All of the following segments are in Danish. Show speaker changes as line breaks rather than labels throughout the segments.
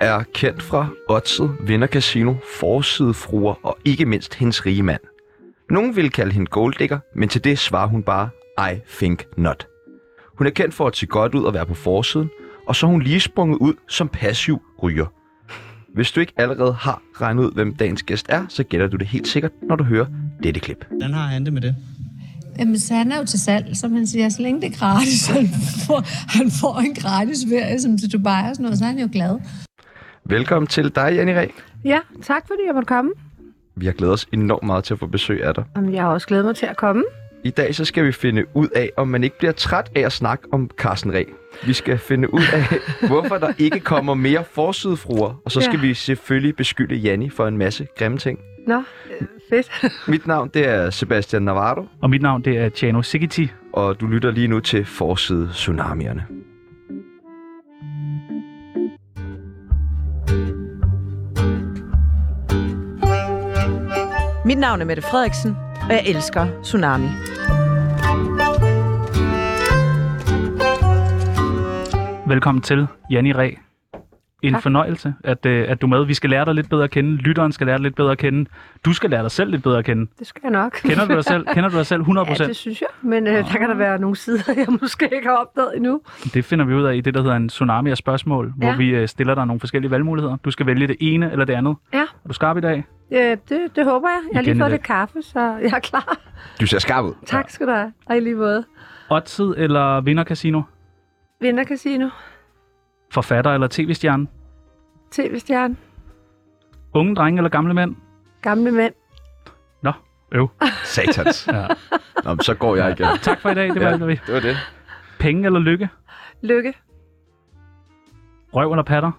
er kendt fra Oddset, Vinder Casino, Forsidefruer og ikke mindst hendes rige mand. Nogen vil kalde hende golddigger, men til det svarer hun bare, I think not. Hun er kendt for at se godt ud og være på forsiden, og så er hun lige sprunget ud som passiv ryger. Hvis du ikke allerede har regnet ud, hvem dagens gæst er, så gætter du det helt sikkert, når du hører dette klip.
Hvordan har han det med det?
Jamen, så han er jo til salg, som han siger, så længe det er gratis, han får, han får en gratis ferie som til Dubai og sådan noget, så er han jo glad.
Velkommen til dig, Janni Ræ.
Ja, tak fordi jeg måtte komme.
Vi har glædet os enormt meget til at få besøg af dig.
Jamen, Jeg har også glædet mig til at komme.
I dag så skal vi finde ud af, om man ikke bliver træt af at snakke om Carsten Ræ. Vi skal finde ud af, hvorfor der ikke kommer mere forsidefruer. Og så skal
Ja.
vi selvfølgelig beskylde Janni for en masse grimme ting.
Nå, øh, fedt.
Mit navn det er Sebastian Navarro,
Og mit navn det er Tjano Sigeti.
og du lytter lige nu til Forside Tsunamierne.
Mit navn er Mette Frederiksen, og jeg elsker Tsunami.
Velkommen til, Janni Ræ. En
Tak.
fornøjelse, at, øh, at du er med. Vi skal lære dig lidt bedre at kende. Lytteren skal lære dig lidt bedre at kende. Du skal lære dig selv lidt bedre at kende.
Det skal jeg nok.
Kender du dig selv? Kender du dig selv 100%?
Ja, det synes jeg. Men øh, der kan der være nogle sider, jeg måske ikke har opdaget endnu.
Det finder vi ud af i det, der hedder en tsunami af spørgsmål, hvor
Ja.
vi øh, stiller dig nogle forskellige valgmuligheder. Du skal vælge det ene eller det andet.
Ja.
Er du skarp i dag?
Øh, det, det håber jeg. Jeg har
Igen
lige
i
fået
dag.
lidt kaffe, så jeg er klar.
Du ser skarp ud.
Tak skal du have. Og i lige måde.
Oddset eller Vinder Casino?
Vinder Casino.
Forfatter eller tv-stjerne?
TV-stjerne.
Unge drenge eller gamle mænd?
Gamle mænd.
Nå, øv.
Satans.
Ja.
Nå, men så går jeg igen.
Tak for i dag, det var
Ja.
alt, hvad vi.
Det var det.
Penge eller lykke?
Lykke.
Røv eller patter?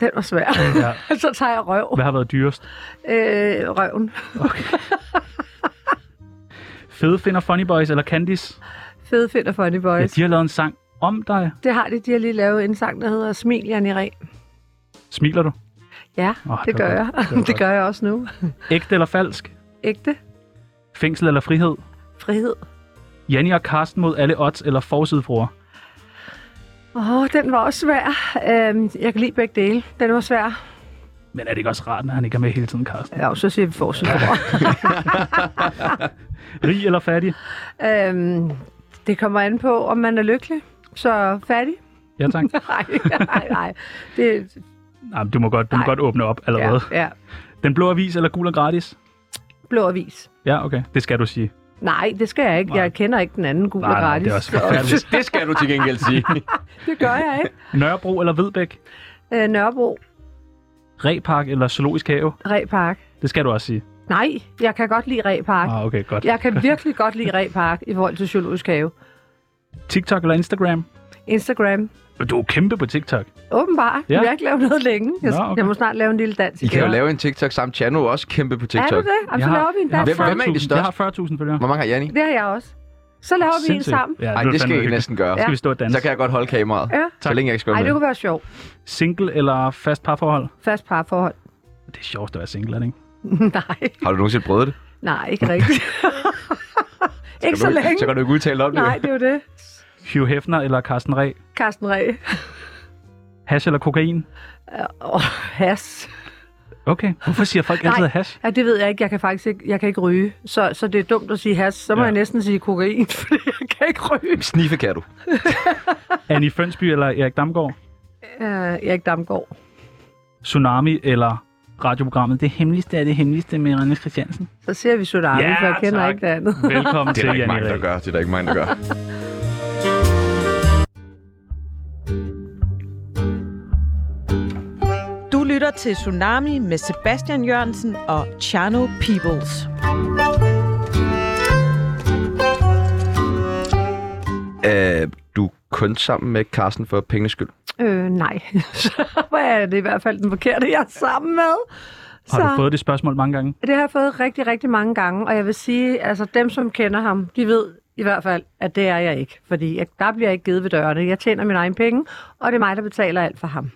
Den var svær.
Ja.
så tager jeg røv.
Hvad har været dyrest?
Øh, røven.
Fede finder Funny Boys eller Candice?
Fede fedt og funny
Ja,
boys.
de har lavet en sang om dig.
Det har de. De har lige lavet en sang, der hedder Smil, Janne Ræ.
Smiler du?
Ja,
Åh,
det
det
gør
var
jeg.
Det var
Det gør jeg også nu.
Ægte eller falsk?
Ægte.
Fængsel eller frihed?
Frihed.
Janni og Karsten mod alle odds eller forsidefruer?
Åh, oh, den var også svær. Øhm, jeg kan lide begge dele. Den var svær.
Men er det ikke også rart, når han ikke er med hele tiden, Karsten?
Ja, så siger vi forsøg.
Rig eller fattig?
øhm, det kommer an på, om man er lykkelig. Så fattig?
Ja, tak.
Nej, nej, nej. Det,
Jamen, du må godt, du må
Nej.
godt åbne op
ja,
allerede.
ja.
Den blå avis eller gul og gratis?
Blå avis.
Ja, okay. Det skal du sige.
Nej, det skal jeg ikke.
Nej.
Jeg kender ikke den anden gul og
Nej, nej,
gratis.
det er også forfærdeligt.
Det skal du til gengæld sige.
det gør jeg ikke.
Nørrebro eller Vedbæk?
Øh, Nørrebro,
Repark eller Zoologisk Have?
Ræ Park.
Det skal du også sige.
Nej, jeg kan godt lide Ræ Park.
Ah, okay, godt.
Jeg kan virkelig godt lide Ræ Park i forhold til Zoologisk Have.
TikTok eller Instagram?
Instagram.
Du er jo kæmpe på TikTok.
Åbenbart.
Ja.
Ja. Jeg har ikke lavet noget længe. Jeg,
Nå,
Nå,
okay.
okay. jeg må snart lave en lille dans
I kan
igen.
jo lave en TikTok sammen. Chano er også kæmpe på
Er
TikTok.
du det? Jamen,
Jeg
så
har-
laver vi en
jeg har
Hvem-
dans sammen.
hvem er egentlig
40.000 Jeg
størst?
har 40.000 følgere.
Hvor mange har Janni?
Det har jeg også. Så laver vi en
Sindssygt.
sammen.
Ja,
Nej,
er
det skal
fandme
jeg
hyggeligt.
næsten gøre.
Skal vi stå og danse?
Så kan jeg godt holde kameraet.
Ja.
Så længe jeg ikke skal
Ej,
være
det
med.
kunne være sjovt.
Single eller fast parforhold?
Fast parforhold.
Det er sjovt at være single, er det ikke?
nej,
Har du nogensinde prøvet det?
nej, ikke rigtigt. ikke så
Kan du ikke-
længe.
Så kan du ikke udtale dig om det.
Nej, det er jo det.
Hugh Hefner eller Carsten Ræ?
Carsten Ræ.
Hash eller kokain?
Åh, has.
Okay. Hvorfor siger folk altid
Nej.
hash?
Ja, det ved jeg ikke. Jeg kan faktisk ikke, jeg kan ikke ryge. Så, så det er dumt at sige has. Så må
Ja.
ja. jeg næsten sige kokain, fordi jeg kan ikke ryge.
Sniffe kan du.
Annie Fønsby eller Erik Damgaard?
Uh, Erik Damgaard.
Tsunami eller radioprogrammet Det Hemmeligste er det Hemmeligste med René Christiansen?
Så ser vi Tsunami,
Ja,
for jeg kender
tak.
ikke det andet.
Velkommen
Det
til,
er der ikke
Janne
mange, der
Ræ.
gør. Det er der ikke mange, der gør.
Du lytter til Tsunami med Sebastian Jørgensen og Chano Peoples.
Er Øh, du kun sammen med Carsten for pengenes skyld?
Øh, nej. så er det i hvert fald den forkerte, jeg er sammen med.
Har du fået det spørgsmål mange gange?
Det har jeg fået rigtig, rigtig mange gange, og jeg vil sige, altså dem, som kender ham, de ved i hvert fald, at det er jeg ikke, fordi jeg, der bliver jeg ikke givet ved dørene. Jeg tjener mine egne penge, og det er mig, der betaler alt for ham.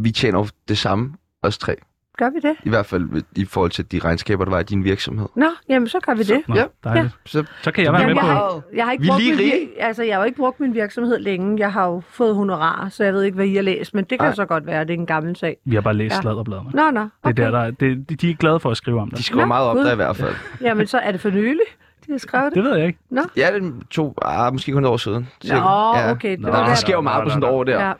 Vi tjener jo det samme, os tre.
Gør vi det?
I hvert fald i forhold til de regnskaber, der var i din virksomhed.
Nå, jamen så gør vi det.
Nå,
Ja.
dejligt.
Så
Så kan jeg være
Jamen,
med
jeg,
på...
har, jeg har ikke
Vi er
brugt
lige
min,
rige.
vir- altså, jeg har jo ikke brugt min virksomhed længe. Jeg har jo fået honorar, så jeg ved ikke, hvad I har læst, men det kan
Ej.
så godt være, at det er en gammel sag.
Vi har bare læst
Ja.
sladderbladene.
Nå, nå.
Det er
Okay.
der, der er, det, de- de er glade for at skrive om
de
det.
skriver
Nå,
meget op
gud.
der i hvert fald.
Jamen, så er det for nylig, de har skrevet det.
Det ved jeg ikke.
Ja, det er to, ah, måske kun et år siden.
Nå,
cirka. ja.
okay. Det
Nå,
Nå,
var
der
der.
sker jo meget på sådan et år der.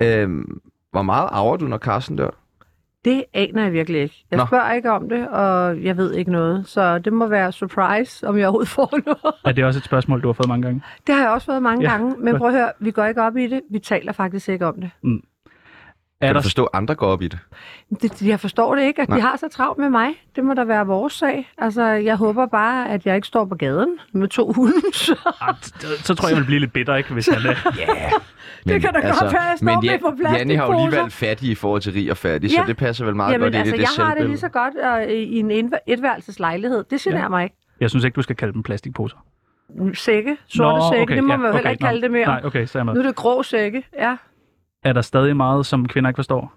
Ja.
Øhm, hvor meget arver du, når Carsten dør?
Det aner jeg virkelig ikke. Jeg
Nå.
spørger ikke om det, og jeg ved ikke noget. Så det må være surprise, om jeg overhovedet får noget.
Er det også et spørgsmål, du har fået mange gange?
Det har jeg også fået mange
Ja.
ja. gange, men prøv at høre, vi går ikke op i det. Vi taler faktisk ikke om det.
Er
Kan du
der,
forstå, at andre går op i det?
det jeg forstår det ikke, at Nej.
Nej.
de har så travlt med mig. Det må da være vores sag. Altså, jeg håber bare, at jeg ikke står på gaden med to hunde. Så
Ah, t- så tror jeg, jeg vil blive lidt bitter, ikke, hvis han er.
Det kan da godt være, at jeg står
altså, men
med på plastikposer.
Janni har jo lige valgt fattig i forhold til rig og fattig, ja. så
Ja.
det passer vel meget
Jamen,
godt
altså,
ind i
jeg
det
har det
selvbillede.
lige så godt øh, i en indv- etværelseslejlighed. Det generer
Ja.
ja. mig ikke.
Jeg synes ikke, du skal kalde dem plastikposer.
Sække, sorte
Nå,
sække, det må
ja,
man jo heller ikke
nå.
kalde det mere.
Nej, okay, så er jeg
Nu
med.
er det grå sække, ja.
Er der stadig meget, som kvinder ikke forstår?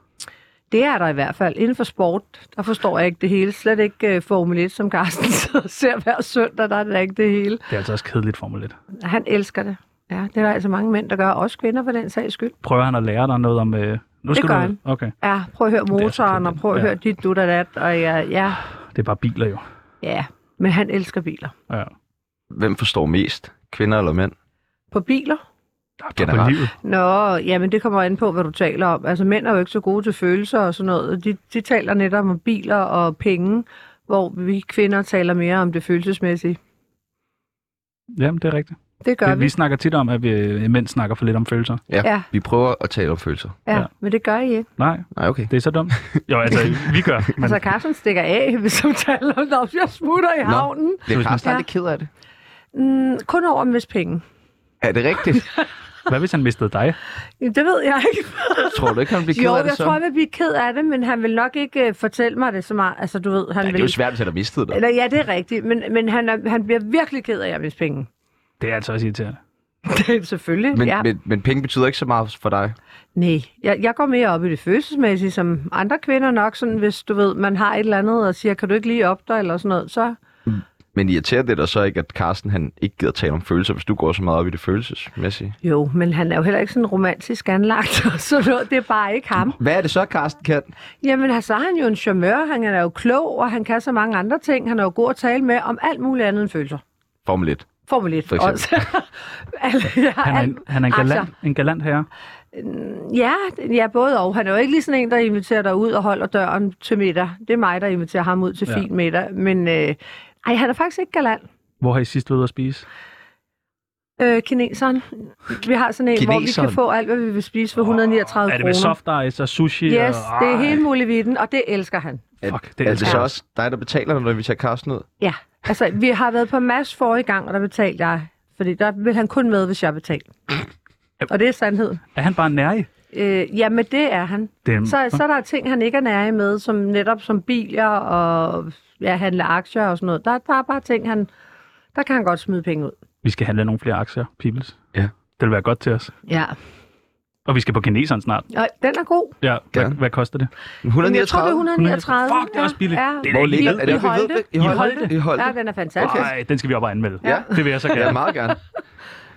Det er der i hvert fald. Inden for sport, der forstår jeg ikke det hele. Slet ikke uh, Formel 1, som Carsten sidder og ser hver søndag, der er det da ikke det hele.
Det er altså også kedeligt Formel 1.
Han elsker det. Ja, det er der altså mange mænd, der gør. Også kvinder for den sags skyld.
Prøver han at lære dig noget om... Øh... Nu skal
gør
du...
han.
Okay,
Ja, prøv at høre
er så
motoren, og
kedeligt.
prøv at
Ja.
høre dit dut og dat, og ja, ja,
det er bare biler jo.
ja. Men han elsker biler.
Ja.
Hvem forstår mest? Kvinder eller mænd?
På biler?
På
Generelt.
livet.
Nå, jamen det kommer an på, hvad du taler om. Altså mænd er jo ikke så gode til følelser og sådan noget. De, de taler netop om biler og penge, hvor vi kvinder taler mere om det følelsesmæssige.
Jamen, det er rigtigt.
Det gør
Det,
vi.
vi snakker tit om, at vi øh, mænd snakker for lidt om følelser.
Ja,
Vi prøver at tale om følelser.
Ja.
ja, men det gør I ikke.
Nej,
Nej, okay.
det er så dumt. Jo, altså, vi gør. Men...
Altså, Carsten stikker af, hvis han taler om, at jeg smutter i havnen.
Bliver Carsten
Ja.
aldrig ked af det?
Mm, kun over en vis penge.
Er det rigtigt?
Hvad hvis han mistede dig?
Jamen, Det ved jeg ikke.
tror du ikke, han bliver ked
Jo,
af det
jeg
så?
tror, han vil blive ked af det, men han vil nok ikke øh, fortælle mig det så meget. Altså, du ved, han
Ja, det er
vil...
jo svært, hvis han har mistet dig.
Eller, ja, det er rigtigt, men, men han, er, han bliver virkelig ked af, at jeg mister penge.
Det er altså også irriterende.
Det er selvfølgelig,
Men,
ja.
men, men penge betyder ikke så meget for dig.
Nej, jeg, jeg går mere op i det følelsesmæssige, som andre kvinder nok, sådan, hvis du ved, man har et eller andet og siger, kan du ikke lige op dig, eller sådan noget, så...
Men irriterer det dig så ikke, at Carsten han ikke gider tale om følelser, hvis du går så meget op i det følelsesmæssige?
Jo, men han er jo heller ikke sådan romantisk anlagt, og sådan noget. Det er bare ikke ham.
Hvad er det så, Carsten kan?
Jamen, altså, så er han jo en charmeur, han er jo klog, og han kan så mange andre ting. Han er jo god at tale med om alt muligt andet end følelser.
Formel 1.
Formel 1
For eksempel.
også. Alt- ja,
Han er
alt-
en, han er en galant, en galant herre.
Ja, ja, både og. Han er jo ikke lige sådan en, der inviterer dig ud og holder døren til middag. Det er mig, der inviterer ham ud til
Ja.
ja. fin middag. Men øh, ej, han er faktisk ikke galant.
Hvor har I sidst været ude at spise?
Øh, kineseren. Vi har sådan en, hvor vi
Kineseren?
kan få alt, hvad vi vil spise for 139
Er
kroner.
det med soft ice og sushi?
Yes,
og...
det er hele muligheden, og det elsker han.
Fuck, det
Er
er
det så også dig, der betaler, når vi tager Carsten ud?
Ja, altså vi har været på Mads forrige gang, og der betalte jeg. Fordi der vil han kun med, hvis jeg betaler. Og det er sandheden.
Er han bare nærig?
Øh, jamen, det er han.
Det er...
Så, så er der ting, han ikke er nære med, som netop som biler og ja, handle aktier og sådan noget. Der, der er bare ting, han, der kan han godt smide penge ud.
Vi skal handle nogle flere aktier, Pibels.
Ja.
Det vil være godt til os.
Ja.
Og vi skal på kineseren snart.
Og den er god.
Ja, hvad,
Gerne.
hvad koster det?
Men Jeg tror, det
139?
er 139.
Fuck, det er også billigt.
Ja,
Det er
ja.
da
Hvor
ikke
ligger
vildt.
er det?
I
Vi ved
Holte.
det. I Holte?
I Holte?
I Holte?
Ja, den er fantastisk.
Okay.
Okay.
Nej, den skal vi op og anmelde.
Ja.
Det vil jeg så
Ja,
gerne.
meget gerne.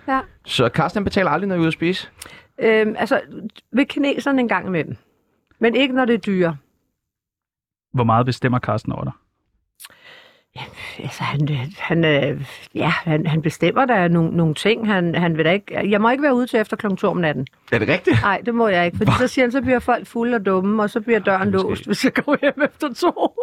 Ja.
Så Carsten han betaler aldrig, når vi er ude at spise?
Øhm, altså, ved kineserne en gang imellem. Men ikke, når det er dyre.
Hvor meget bestemmer Carsten over dig?
Altså, han, han, øh, ja, han, han bestemmer der nogle, nogle ting. Han, han vil da ikke, jeg må ikke være ude til efter kl. 2 om natten.
Er det rigtigt?
Nej, det må jeg ikke, fordi så siger han, så bliver folk fulde og dumme, og så bliver døren
måske-
låst, hvis jeg går hjem efter to.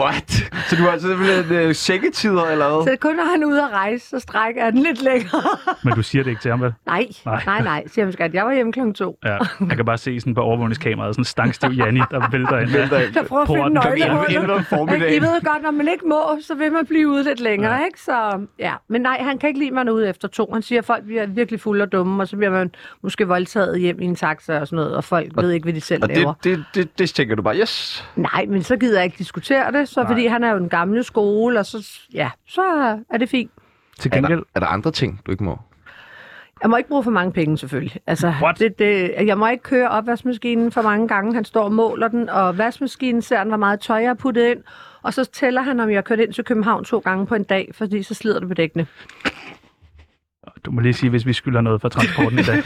What? Så du har altså simpelthen øh, sækketider eller hvad?
Så kun når han er ude at rejse, så strækker han lidt længere.
Men du siger det ikke til ham, vel?
Nej,
Nej.
nej, nej, nej siger han, skat. Jeg var hjemme klokken to.
Ja. Jeg kan bare se sådan på overvågningskameraet, sådan en stangstiv Janni, der vælter ind.
Vælter ind.
Jeg prøver at finde
Porten kom
ind.
nøglehullet.
Inden om formiddagen.
Ikke? I ved godt, når man ikke må, så vil man blive ude lidt længere, ja. ikke? Så, ja. Men nej, han kan ikke lide, at man er ude efter to. Han siger, at folk bliver virkelig fulde og dumme, og så bliver man måske voldtaget hjem i en taxa og sådan noget, og folk og, ved ikke, hvad de selv
Og
laver.
det, det, det, det tænker du bare, yes.
Nej, men så gider jeg ikke diskutere det, så
Nej.
nej. fordi han er jo en gamle skole, og så, ja, så er det fint.
Til
Er der,
gengæld,
er der andre ting, du ikke må?
Jeg må ikke bruge for mange penge, selvfølgelig. Altså,
What?
det, det, jeg må ikke køre opvaskemaskinen for mange gange. Han står og måler den, og vaskemaskinen ser han, hvor meget tøj jeg har puttet ind. Og så tæller han, om jeg har kørt ind til København to gange på en dag, fordi så slider det på dækkene.
Du må lige sige, hvis vi skylder noget for transporten i dag.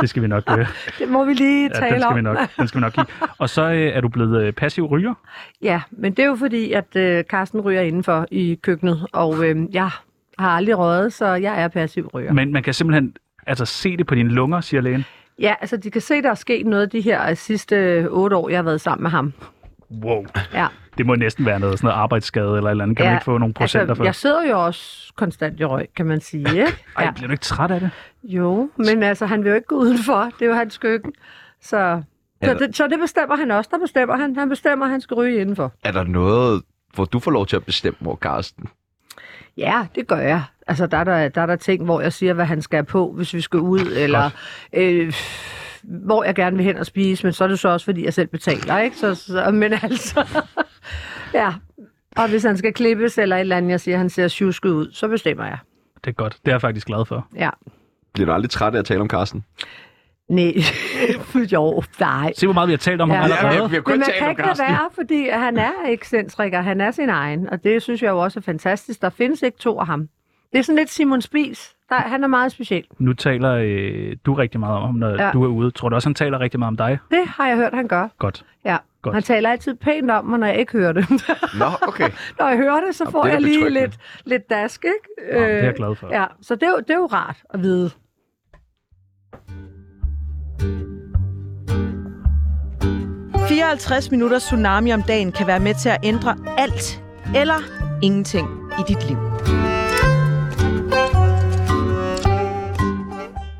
Det skal vi nok øh,
Det må vi lige tale
ja, den skal
om.
vi nok, den skal vi nok give. Og så øh, er du blevet øh, passiv ryger.
Ja, men det er jo fordi, at øh, Karsten ryger indenfor i køkkenet, og øh, jeg har aldrig røget, så jeg er passiv ryger.
Men man kan simpelthen altså, se det på dine lunger, siger lægen.
Ja, altså de kan se, der er sket noget de her øh, sidste øh, otte år, jeg har været sammen med ham.
Wow.
Ja.
Det må næsten være noget, sådan noget arbejdsskade eller et eller andet. Kan ja,
ja,
man ikke få nogle procenter
altså,
for
Jeg
det?
sidder jo også konstant i røg, kan man sige. Ikke?
Ej, bliver du ikke træt af det?
Jo, men altså, han vil jo ikke gå udenfor. Det er jo hans køkken. Så, så,
Eller-
det, så det bestemmer han også. Der bestemmer han. Han bestemmer, at han skal ryge indenfor.
Er der noget, hvor du får lov til at bestemme, hvor Karsten?
Ja, det gør jeg. Altså, der er der, der, er der ting, hvor jeg siger, hvad han skal have på, hvis vi skal ud, eller øh, hvor jeg gerne vil hen og spise, men så er det så også, fordi jeg selv betaler, ikke? Så, så men altså... ja. Og hvis han skal klippes eller et eller andet, jeg siger, han ser sjusket ud, så bestemmer jeg.
Det er godt. Det er jeg faktisk glad for.
Ja.
Bliver du aldrig træt af at tale om Karsten?
Nej. jo, nej.
Se, hvor meget vi har talt om ja, ham
Ja.
allerede.
vi har
Men man kan ikke lade være, fordi at han er ekscentriker, han er sin egen, og det synes jeg jo også er fantastisk. Der findes ikke to af ham. Det er sådan lidt Simon Spies. Der, han er meget speciel.
Nu taler øh, du rigtig meget om ham, når ja.
Ja.
du er ude. Tror du også, han taler rigtig meget om dig?
Det har jeg hørt, han gør.
Godt.
Ja.
Godt.
Godt. Han taler altid pænt om mig, når jeg ikke hører det.
Nå, okay.
når jeg hører det, så får
det er
jeg
da
lige
betryggende.
lidt, lidt dask, ikke?
Øh, det er jeg glad for.
Ja, så det er, jo, det er jo rart at vide.
det. 54 minutter tsunami om dagen kan være med til at ændre alt eller ingenting i dit liv.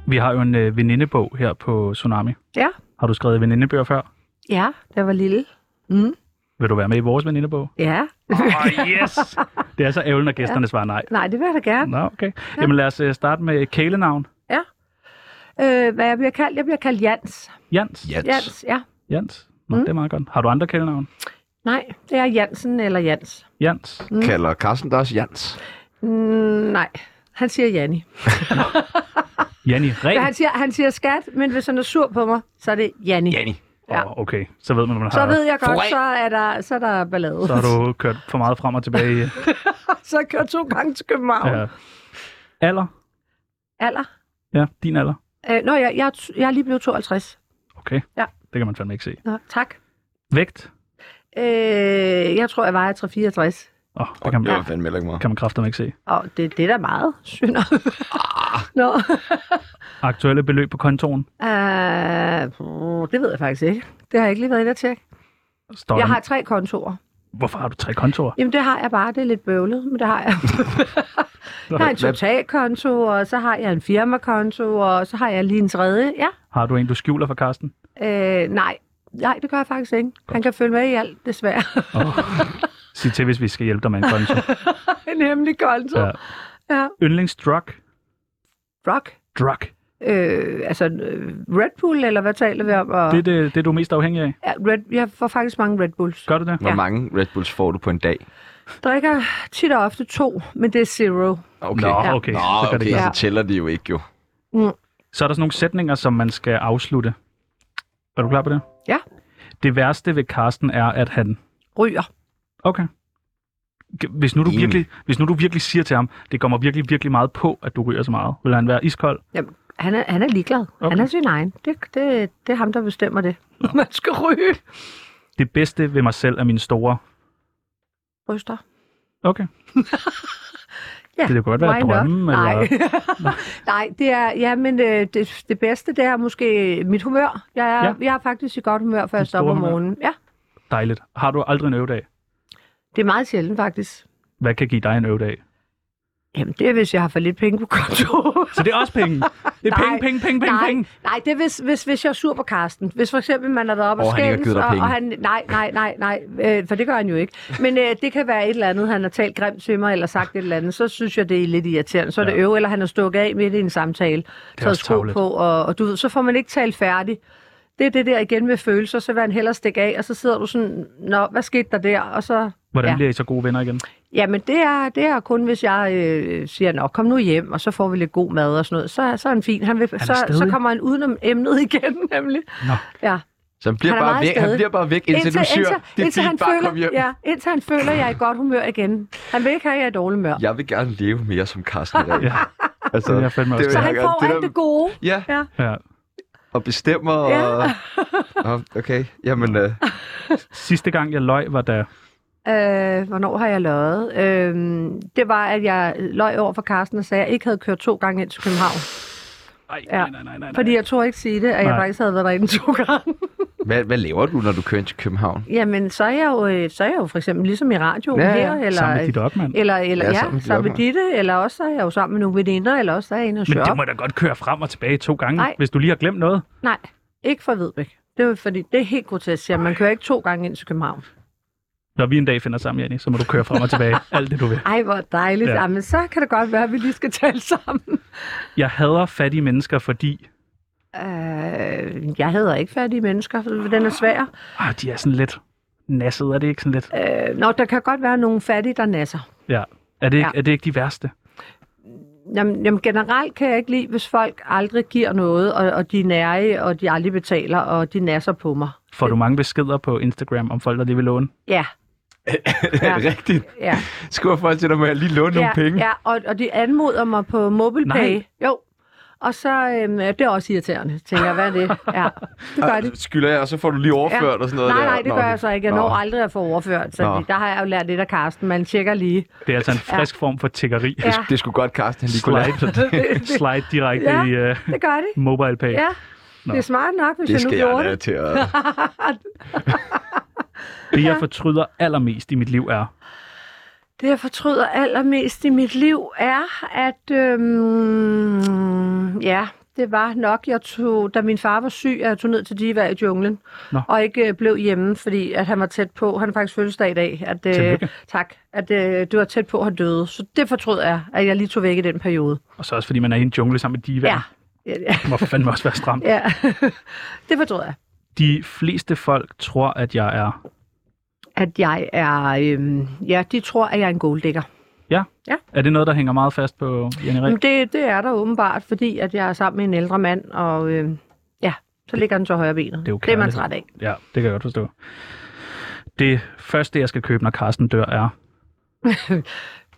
Vi har jo en øh, venindebog her på Tsunami.
Ja,
Har du skrevet venindebøger før?
ja, da jeg var lille. Mm.
Vil du være med i vores venindebog?
Ja,
Åh, oh, yes! Det er så ærgerligt, når gæsterne ja. svarer nej.
nej, det vil jeg da gerne.
Nå, okay. Jamen lad os øh, starte med kælenavn.
Øh, hvad jeg bliver kaldt? Jeg bliver kaldt Jans.
Jans.
Jans. Jans.
Jans, ja.
Jans. Nå, mm.
Mm.
det er meget godt. Har du andre kælenavn?
Nej, det er Jansen eller Jans.
Jans.
Mm. Kalder Karsten dig også Jans?
Mm, nej, han siger Janni.
Janni
Men
Ren.
han siger, han siger skat, men hvis han er sur på mig, så er det Janni.
Janni.
ja.
Åh, okay, så ved man, hvad man
Så
har.
ved jeg godt,
Foran.
så er der, så er der ballade.
Så har du kørt for meget frem og tilbage. i-
så jeg kører to gange til København.
Ja. Alder?
Alder?
Ja, din alder.
Øh, nå, jeg, jeg, er t- jeg er lige blevet 52.
Okay.
Ja.
Det kan man fandme ikke se.
Nå, tak.
Vægt?
Øh, jeg tror, jeg vejer 364.
Åh, oh, det
Og
kan
det
man,
var fandme heller ikke meget.
kan man kræfter ikke se.
Og det, det er da meget, synes jeg.
Ah.
Nå,
Aktuelle beløb på kontoen?
øh, puh, det ved jeg faktisk ikke. Det har jeg ikke lige været inde at tjekke.
Står
Jeg
der-
har tre kontorer.
Hvorfor har du tre kontorer?
Jamen, det har jeg bare. Det er lidt bøvlet, men det har jeg. jeg har en totalkonto, og så har jeg en firmakonto, og så har jeg lige en tredje. Ja,
Har du en, du skjuler for Karsten?
øh, nej. Nej, det gør jeg faktisk ikke. Han kan følge med i alt, desværre.
Oh. Sig til, hvis vi skal hjælpe dig med en konto.
en hemmelig konto.
Ja.
Ja. ja.
Yndlingsdrug?
Rock.
Drug.
Øh, altså, øh, Red Bull, eller hvad taler vi om? Og,
Det er det, det, du er mest afhængig af.
Ja, Red, jeg får faktisk mange Red Bulls.
Gør du det?
Hvor
Ja.
mange Red Bulls får du på en dag?
Drikker tit og ofte to, men det er zero.
Okay.
Nå,
Ja.
okay.
Nå,
Så, gør
okay,
det ikke.
så
godt.
tæller de jo ikke jo.
så er der sådan nogle sætninger, som man skal afslutte. Er du klar på det?
Ja.
Det værste ved Karsten er, at han...
Ryger.
Okay. Hvis nu, du
Enig.
virkelig, hvis nu du virkelig siger til ham, det kommer virkelig, virkelig meget på, at du ryger så meget, vil han være iskold?
Jamen, han er, han er ligeglad.
Okay.
Okay. Han er sin egen. Det, det, det er ham, der bestemmer det. Man skal ryge.
Det bedste ved mig selv er mine store...
Bryster.
Okay.
Ja,
det kunne godt være
why not?
drømme,
Nej.
eller...
Nej, det er, ja, men øh, det, det bedste, det er måske mit humør. Jeg er,
Ja.
ja. jeg er faktisk i godt humør, før jeg
Dit store
stopper om
humør.
morgenen. Ja,
Dejligt. Har du aldrig en øvedag?
det er meget sjældent faktisk.
Hvad kan give dig en øvedag?
Jamen, det er, hvis jeg har for lidt penge på konto.
Så det er også penge. Det er
Nej,
penge, penge, penge, penge,
nej,
penge.
Nej, det er hvis, hvis, hvis jeg er sur på Karsten. Hvis for eksempel man har været op og
Og han ikke har givet dig
og,
penge.
og han, nej, nej, nej, nej, øh, for det gør han jo ikke. Men øh, det kan være et eller andet, han har talt grimt til mig, eller sagt et eller andet, så synes jeg, det er lidt irriterende. Så er det
Ja.
øve, eller han har stukket af midt i en samtale,
er
taget
også
sko
tarveligt.
på, og, og du ved, så får man ikke talt færdig. det er det der igen med følelser, så vil han hellere stikke af, og så sidder du sådan, nå, hvad skete der der? Og så,
Hvordan
Ja.
bliver I så gode venner igen?
jamen det er, det er kun, hvis jeg øh, siger, nå, kom nu hjem, og så får vi lidt god mad og sådan noget. Så, så er han fin. Han vil,
er
så, så
stædig.
kommer han udenom emnet igen, nemlig.
Nå.
Ja.
Så han bliver,
Han er
bare
meget
væk, han
stadig.
bliver bare væk, indtil, du siger, det er
indtil han
fint, bare
føler,
kom hjem.
Ja, indtil han føler, at jeg er i godt humør igen. Han vil ikke have, at jeg er i dårlig humør.
Jeg vil gerne leve mere som Carsten i dag.
Ja.
altså,
Det vil jeg fandme også
vil
Så
jeg
han
gerne.
får alt
der-
det gode.
Ja,
Ja.
og bestemmer.
Ja.
Og, Nå, okay, jamen, øh,
Sidste gang, jeg løg, var da...
Øh, hvornår har jeg løjet? Øh, det var, at jeg løj over for Carsten og sagde, at jeg ikke havde kørt to gange ind til København.
Ej,
Ja.
nej, nej, nej, nej.
Fordi jeg tror ikke sige det, at jeg
Nej.
faktisk havde været derinde to gange.
hvad, hvad laver du, når du kører ind til København?
Jamen, så er jeg jo, øh, så er jeg jo for eksempel ligesom i radioen
Ja,
ja,
ja.
her. Eller,
Sammen med dit op, mand.
eller, eller,
Ja,
ja,
sammen med
sammen,
dit
med
op,
Ditte, eller også så er jeg jo sammen med nogle veninder, eller også så er jeg inde og
Men
shop.
det må da godt køre frem og tilbage to gange,
Nej.
hvis du lige har glemt noget.
Nej, ikke for Vedbæk. Det er jo fordi, det er helt grotesk, at man kører ikke to gange ind til København.
Når vi en dag finder sammen, Jenny, så må du køre frem og tilbage. Alt det, du vil.
Ej, hvor dejligt.
Ja.
Ja. Jamen, så kan det godt være, at vi lige skal tale sammen.
Jeg hader fattige mennesker, fordi
Øh, jeg hedder ikke færdige mennesker, for den er svær.
ah, de er sådan lidt nasset. Er det ikke sådan lidt?
Øh, nå, der kan godt være nogle fattige, der nasser.
Ja. Er det ikke,
Ja.
er det ikke de værste?
Jamen, jamen, generelt kan jeg ikke lide, hvis folk aldrig giver noget, og, og de er nære, og de aldrig betaler, og de nasser på mig.
Får du mange beskeder på Instagram om folk, der lige vil låne?
Ja,
Er det rigtigt?
ja.
Skriver folk til dig, må jeg lige låne nogle
ja,
penge?
Ja, og, og de anmoder mig på MobilePay.
Nej.
Jo. Og så, øhm, ja, det er også irriterende, tænker jeg, hvad er det? Ja, det gør de.
Skylder jeg, og så får du lige overført og sådan noget
Nej,
der.
nej, det
Nå,
gør jeg så ikke. Jeg
nå.
når aldrig at få overført, så
Nå.
der har jeg jo lært lidt af Karsten. Man tjekker lige.
Det er altså en frisk form for tiggeri.
Ja,
Det skulle godt, Carsten, han lige kunne lære
Slide.
sig det.
Slide direkte
Ja.
i uh,
det gør de.
mobile pay.
Ja,
Nå.
det er smart nok, hvis
Det
jeg nu
skal
gjorde
jeg da
det.
til at...
Det, jeg fortryder allermest i mit liv, er...
Det, jeg fortryder allermest i mit liv, er, at øhm, ja, det var nok, jeg tog, da min far var syg, at jeg tog ned til Diva i junglen,
Nå.
og ikke øh, blev hjemme, fordi at han var tæt på. Han har faktisk fødselsdag i dag. At, øh,
Tillykke.
tak. At øh, du var tæt på at han døde. Så det fortryder jeg, at jeg lige tog væk i den periode.
Og så også, fordi man er i en jungle sammen med divaen.
Ja. Ja, ja,
Det må fandme også være stramt.
ja. det fortryder jeg.
De fleste folk tror, at jeg er
At jeg er, øhm, ja, de tror, at jeg er en golddigger.
Er det noget, der hænger meget fast på Jenny Ræ?
Men det, det er der åbenbart, fordi at jeg er sammen med en ældre mand, og øh, ja, så ligger den så højre benet.
jo
det er man
kærlighed.
træt af.
Ja, det kan jeg godt forstå. Det første, jeg skal købe, når Carsten dør, er...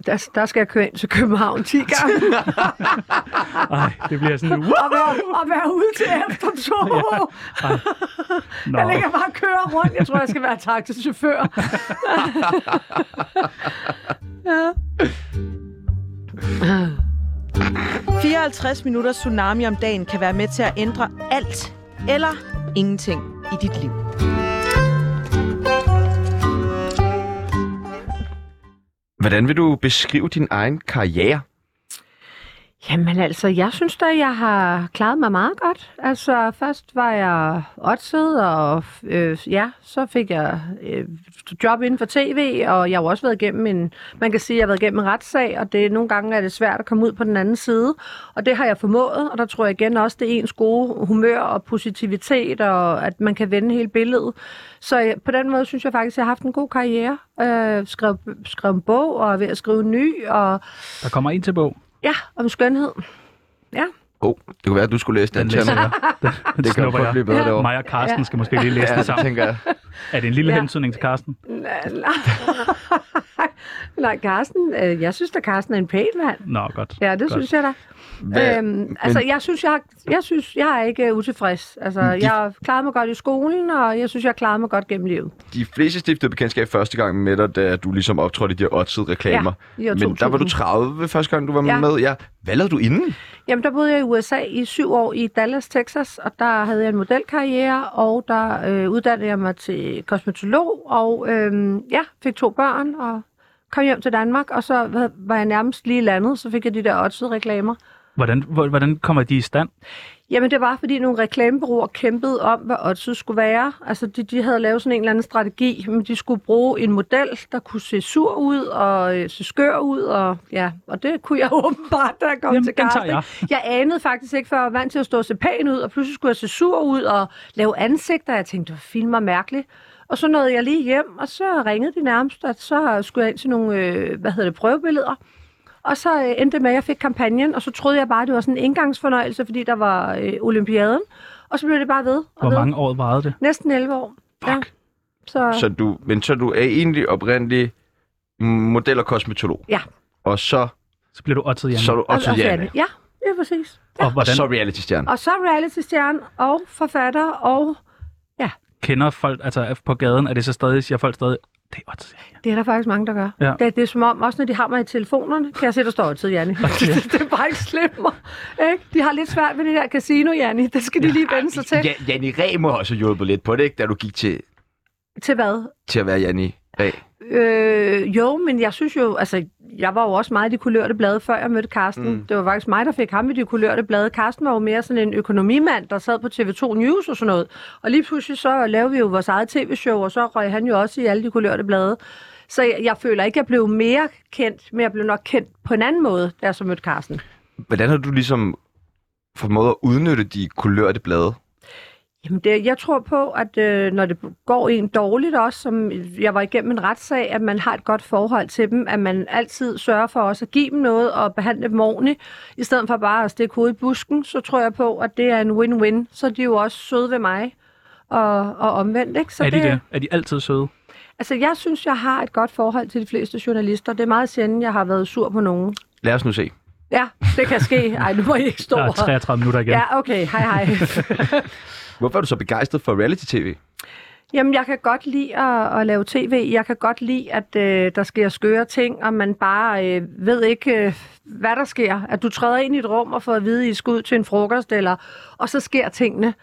Der, der skal jeg køre ind til København 10 gange
Ej, det bliver sådan...
og
Uh,
være, og være ude til efter to år.
nå.
Jeg ligger bare og kører rundt. Jeg tror, jeg skal være taxichauffør. ja.
54 minutter tsunami om dagen kan være med til at ændre alt eller ingenting i dit liv.
Hvordan vil du beskrive din egen karriere?
Jamen altså, jeg synes da, jeg har klaret mig meget godt. Altså, først var jeg oddset, og øh, ja, så fik jeg øh, job inden for tv, og jeg har jo også været igennem en, man kan sige, jeg har været igennem en retssag, og det, nogle gange er det svært at komme ud på den anden side, og det har jeg formået, og der tror jeg igen også, det er ens gode humør og positivitet, og at man kan vende hele billedet. Så jeg, på den måde synes jeg faktisk, jeg har haft en god karriere. Øh, skrev, skrev en bog, og er ved at skrive en ny, og
Der kommer en til bog.
ja, om skønhed.
Åh, oh, det kunne være, at du skulle læse den,
Den
til
læser
mig.
jeg. Den, den
Det kan jo
snupper
kun
jeg.
blive bedre derovre.
Mig og Carsten
Ja.
skal måske lige læse
Ja,
det
det
sammen.
tænker jeg.
Er det en lille
Ja.
hensynning til Carsten?
Nej, nej, Carsten, øh, jeg synes da, Carsten er en pæn mand.
Nå, godt.
Ja, det
godt.
Godt. synes jeg da.
Hvad-
øhm, altså, jeg synes, jeg, har- jeg synes, jeg er ikke øh, utilfreds. Altså, de... jeg klarede mig godt i skolen, og jeg synes, jeg klarede mig godt gennem livet.
De fleste stiftede bekendtskab første gang med dig, da du ligesom optrådte i de her oddset-reklamer.
Ja, i år
Men der var du
2000.
30 ved første gang, du var
Ja.
med. Ja. Hvad lavede du inden?
Jamen, der boede jeg i USA i syv år i Dallas, Texas, og der havde jeg en modelkarriere, og der øh, uddannede jeg mig til kosmetolog, og øh, ja, fik to børn, og kom hjem til Danmark, og så var- var jeg nærmest lige landet, så fik jeg de der oddsede reklamer.
Hvordan, hvor- hvordan kommer de i stand?
Jamen, det var, fordi nogle reklamebureauer kæmpede om, hvad oddset skulle være. Altså, de, de havde lavet sådan en eller anden strategi, men de skulle bruge en model, der kunne se sur ud og øh, se skør ud, og ja, og det kunne jeg åbenbart, da jeg kom
Jamen,
til
den tager
casting. Jeg anede faktisk ikke, for jeg var vant til at stå og se pæn ud, og pludselig skulle jeg se sur ud og lave ansigter, og jeg tænkte, det filmer mærkeligt. Og så nåede jeg lige hjem, og så ringede de nærmest, at så skulle jeg ind til nogle, øh, hvad hedder det, prøvebilleder. Og så øh, endte det med, at jeg fik kampagnen, og så troede jeg bare, at det var sådan en engangsfornøjelse, fordi der var øh, Olympiaden. Og så blev det bare ved. Og
Hvor
ved.
mange år varede det?
Næsten 11 år. Ja. Så, altså,
Så du, men så du er egentlig oprindelig model og kosmetolog.
Ja.
Og så,
Så bliver du oddset hjemme.
så er du
og,
også
og,
Janne.
altså, Ja, det er præcis.
Og
Og
hvordan
så reality-stjerne.
Og så reality-stjerne og forfatter og...
kender folk, altså på gaden, er det så stadig, siger folk stadig, det er odds.
Det er der faktisk mange, der gør.
Ja.
Det, er- det er som om, også når de har mig i telefonerne, kan jeg se, der står altid Janni. det, det er bare ikke slippe mig. Ikke? De har lidt svært ved det der casino, Janni. Det skal de lige vende sig til.
Ja, Janni Ræ må også hjulpet lidt på det, ikke? Da du gik til,
Til hvad?
til at være Janni Ræ.
Øh, jo, men jeg synes jo, altså, jeg var jo også meget i de kulørte blade, før jeg mødte Karsten. Mm. Det var faktisk mig, der fik ham i de kulørte blade. Karsten var jo mere sådan en økonomimand, der sad på TV2 News og sådan noget. Og lige pludselig så lavede vi jo vores eget tv-show, og så røg han jo også i alle de kulørte blade. Så jeg, jeg føler ikke, jeg blev mere kendt, men jeg blev nok kendt på en anden måde, da jeg så mødte Karsten.
Hvordan har du ligesom formået at udnytte de kulørte blade?
Jamen det, jeg tror på, at øh, når det går en dårligt også, som jeg var igennem en retssag, at man har et godt forhold til dem, at man altid sørger for også at give dem noget og behandle dem ordentligt, i stedet for bare at stikke hovedet i busken, så tror jeg på, at det er en win-win, så er de jo også søde ved mig og, og omvendt. Ikke? Så
Er de det? Er de altid søde?
Altså jeg synes, jeg har et godt forhold til de fleste journalister. Det er meget sjældent, jeg har været sur på nogen.
Lad os nu se.
Ja, det kan ske. Ej, nu må I ikke stå
Der er
her.
33 minutter igen.
Ja, okay. Hej, hej.
Hvorfor er du så begejstret for reality-tv?
Jamen, jeg kan godt lide at, at lave tv. Jeg kan godt lide, at øh, der sker skøre ting, og man bare øh, ved ikke, øh, hvad der sker. At du træder ind i et rum og får at vide, at I skal ud til en frokost, eller, og så sker tingene.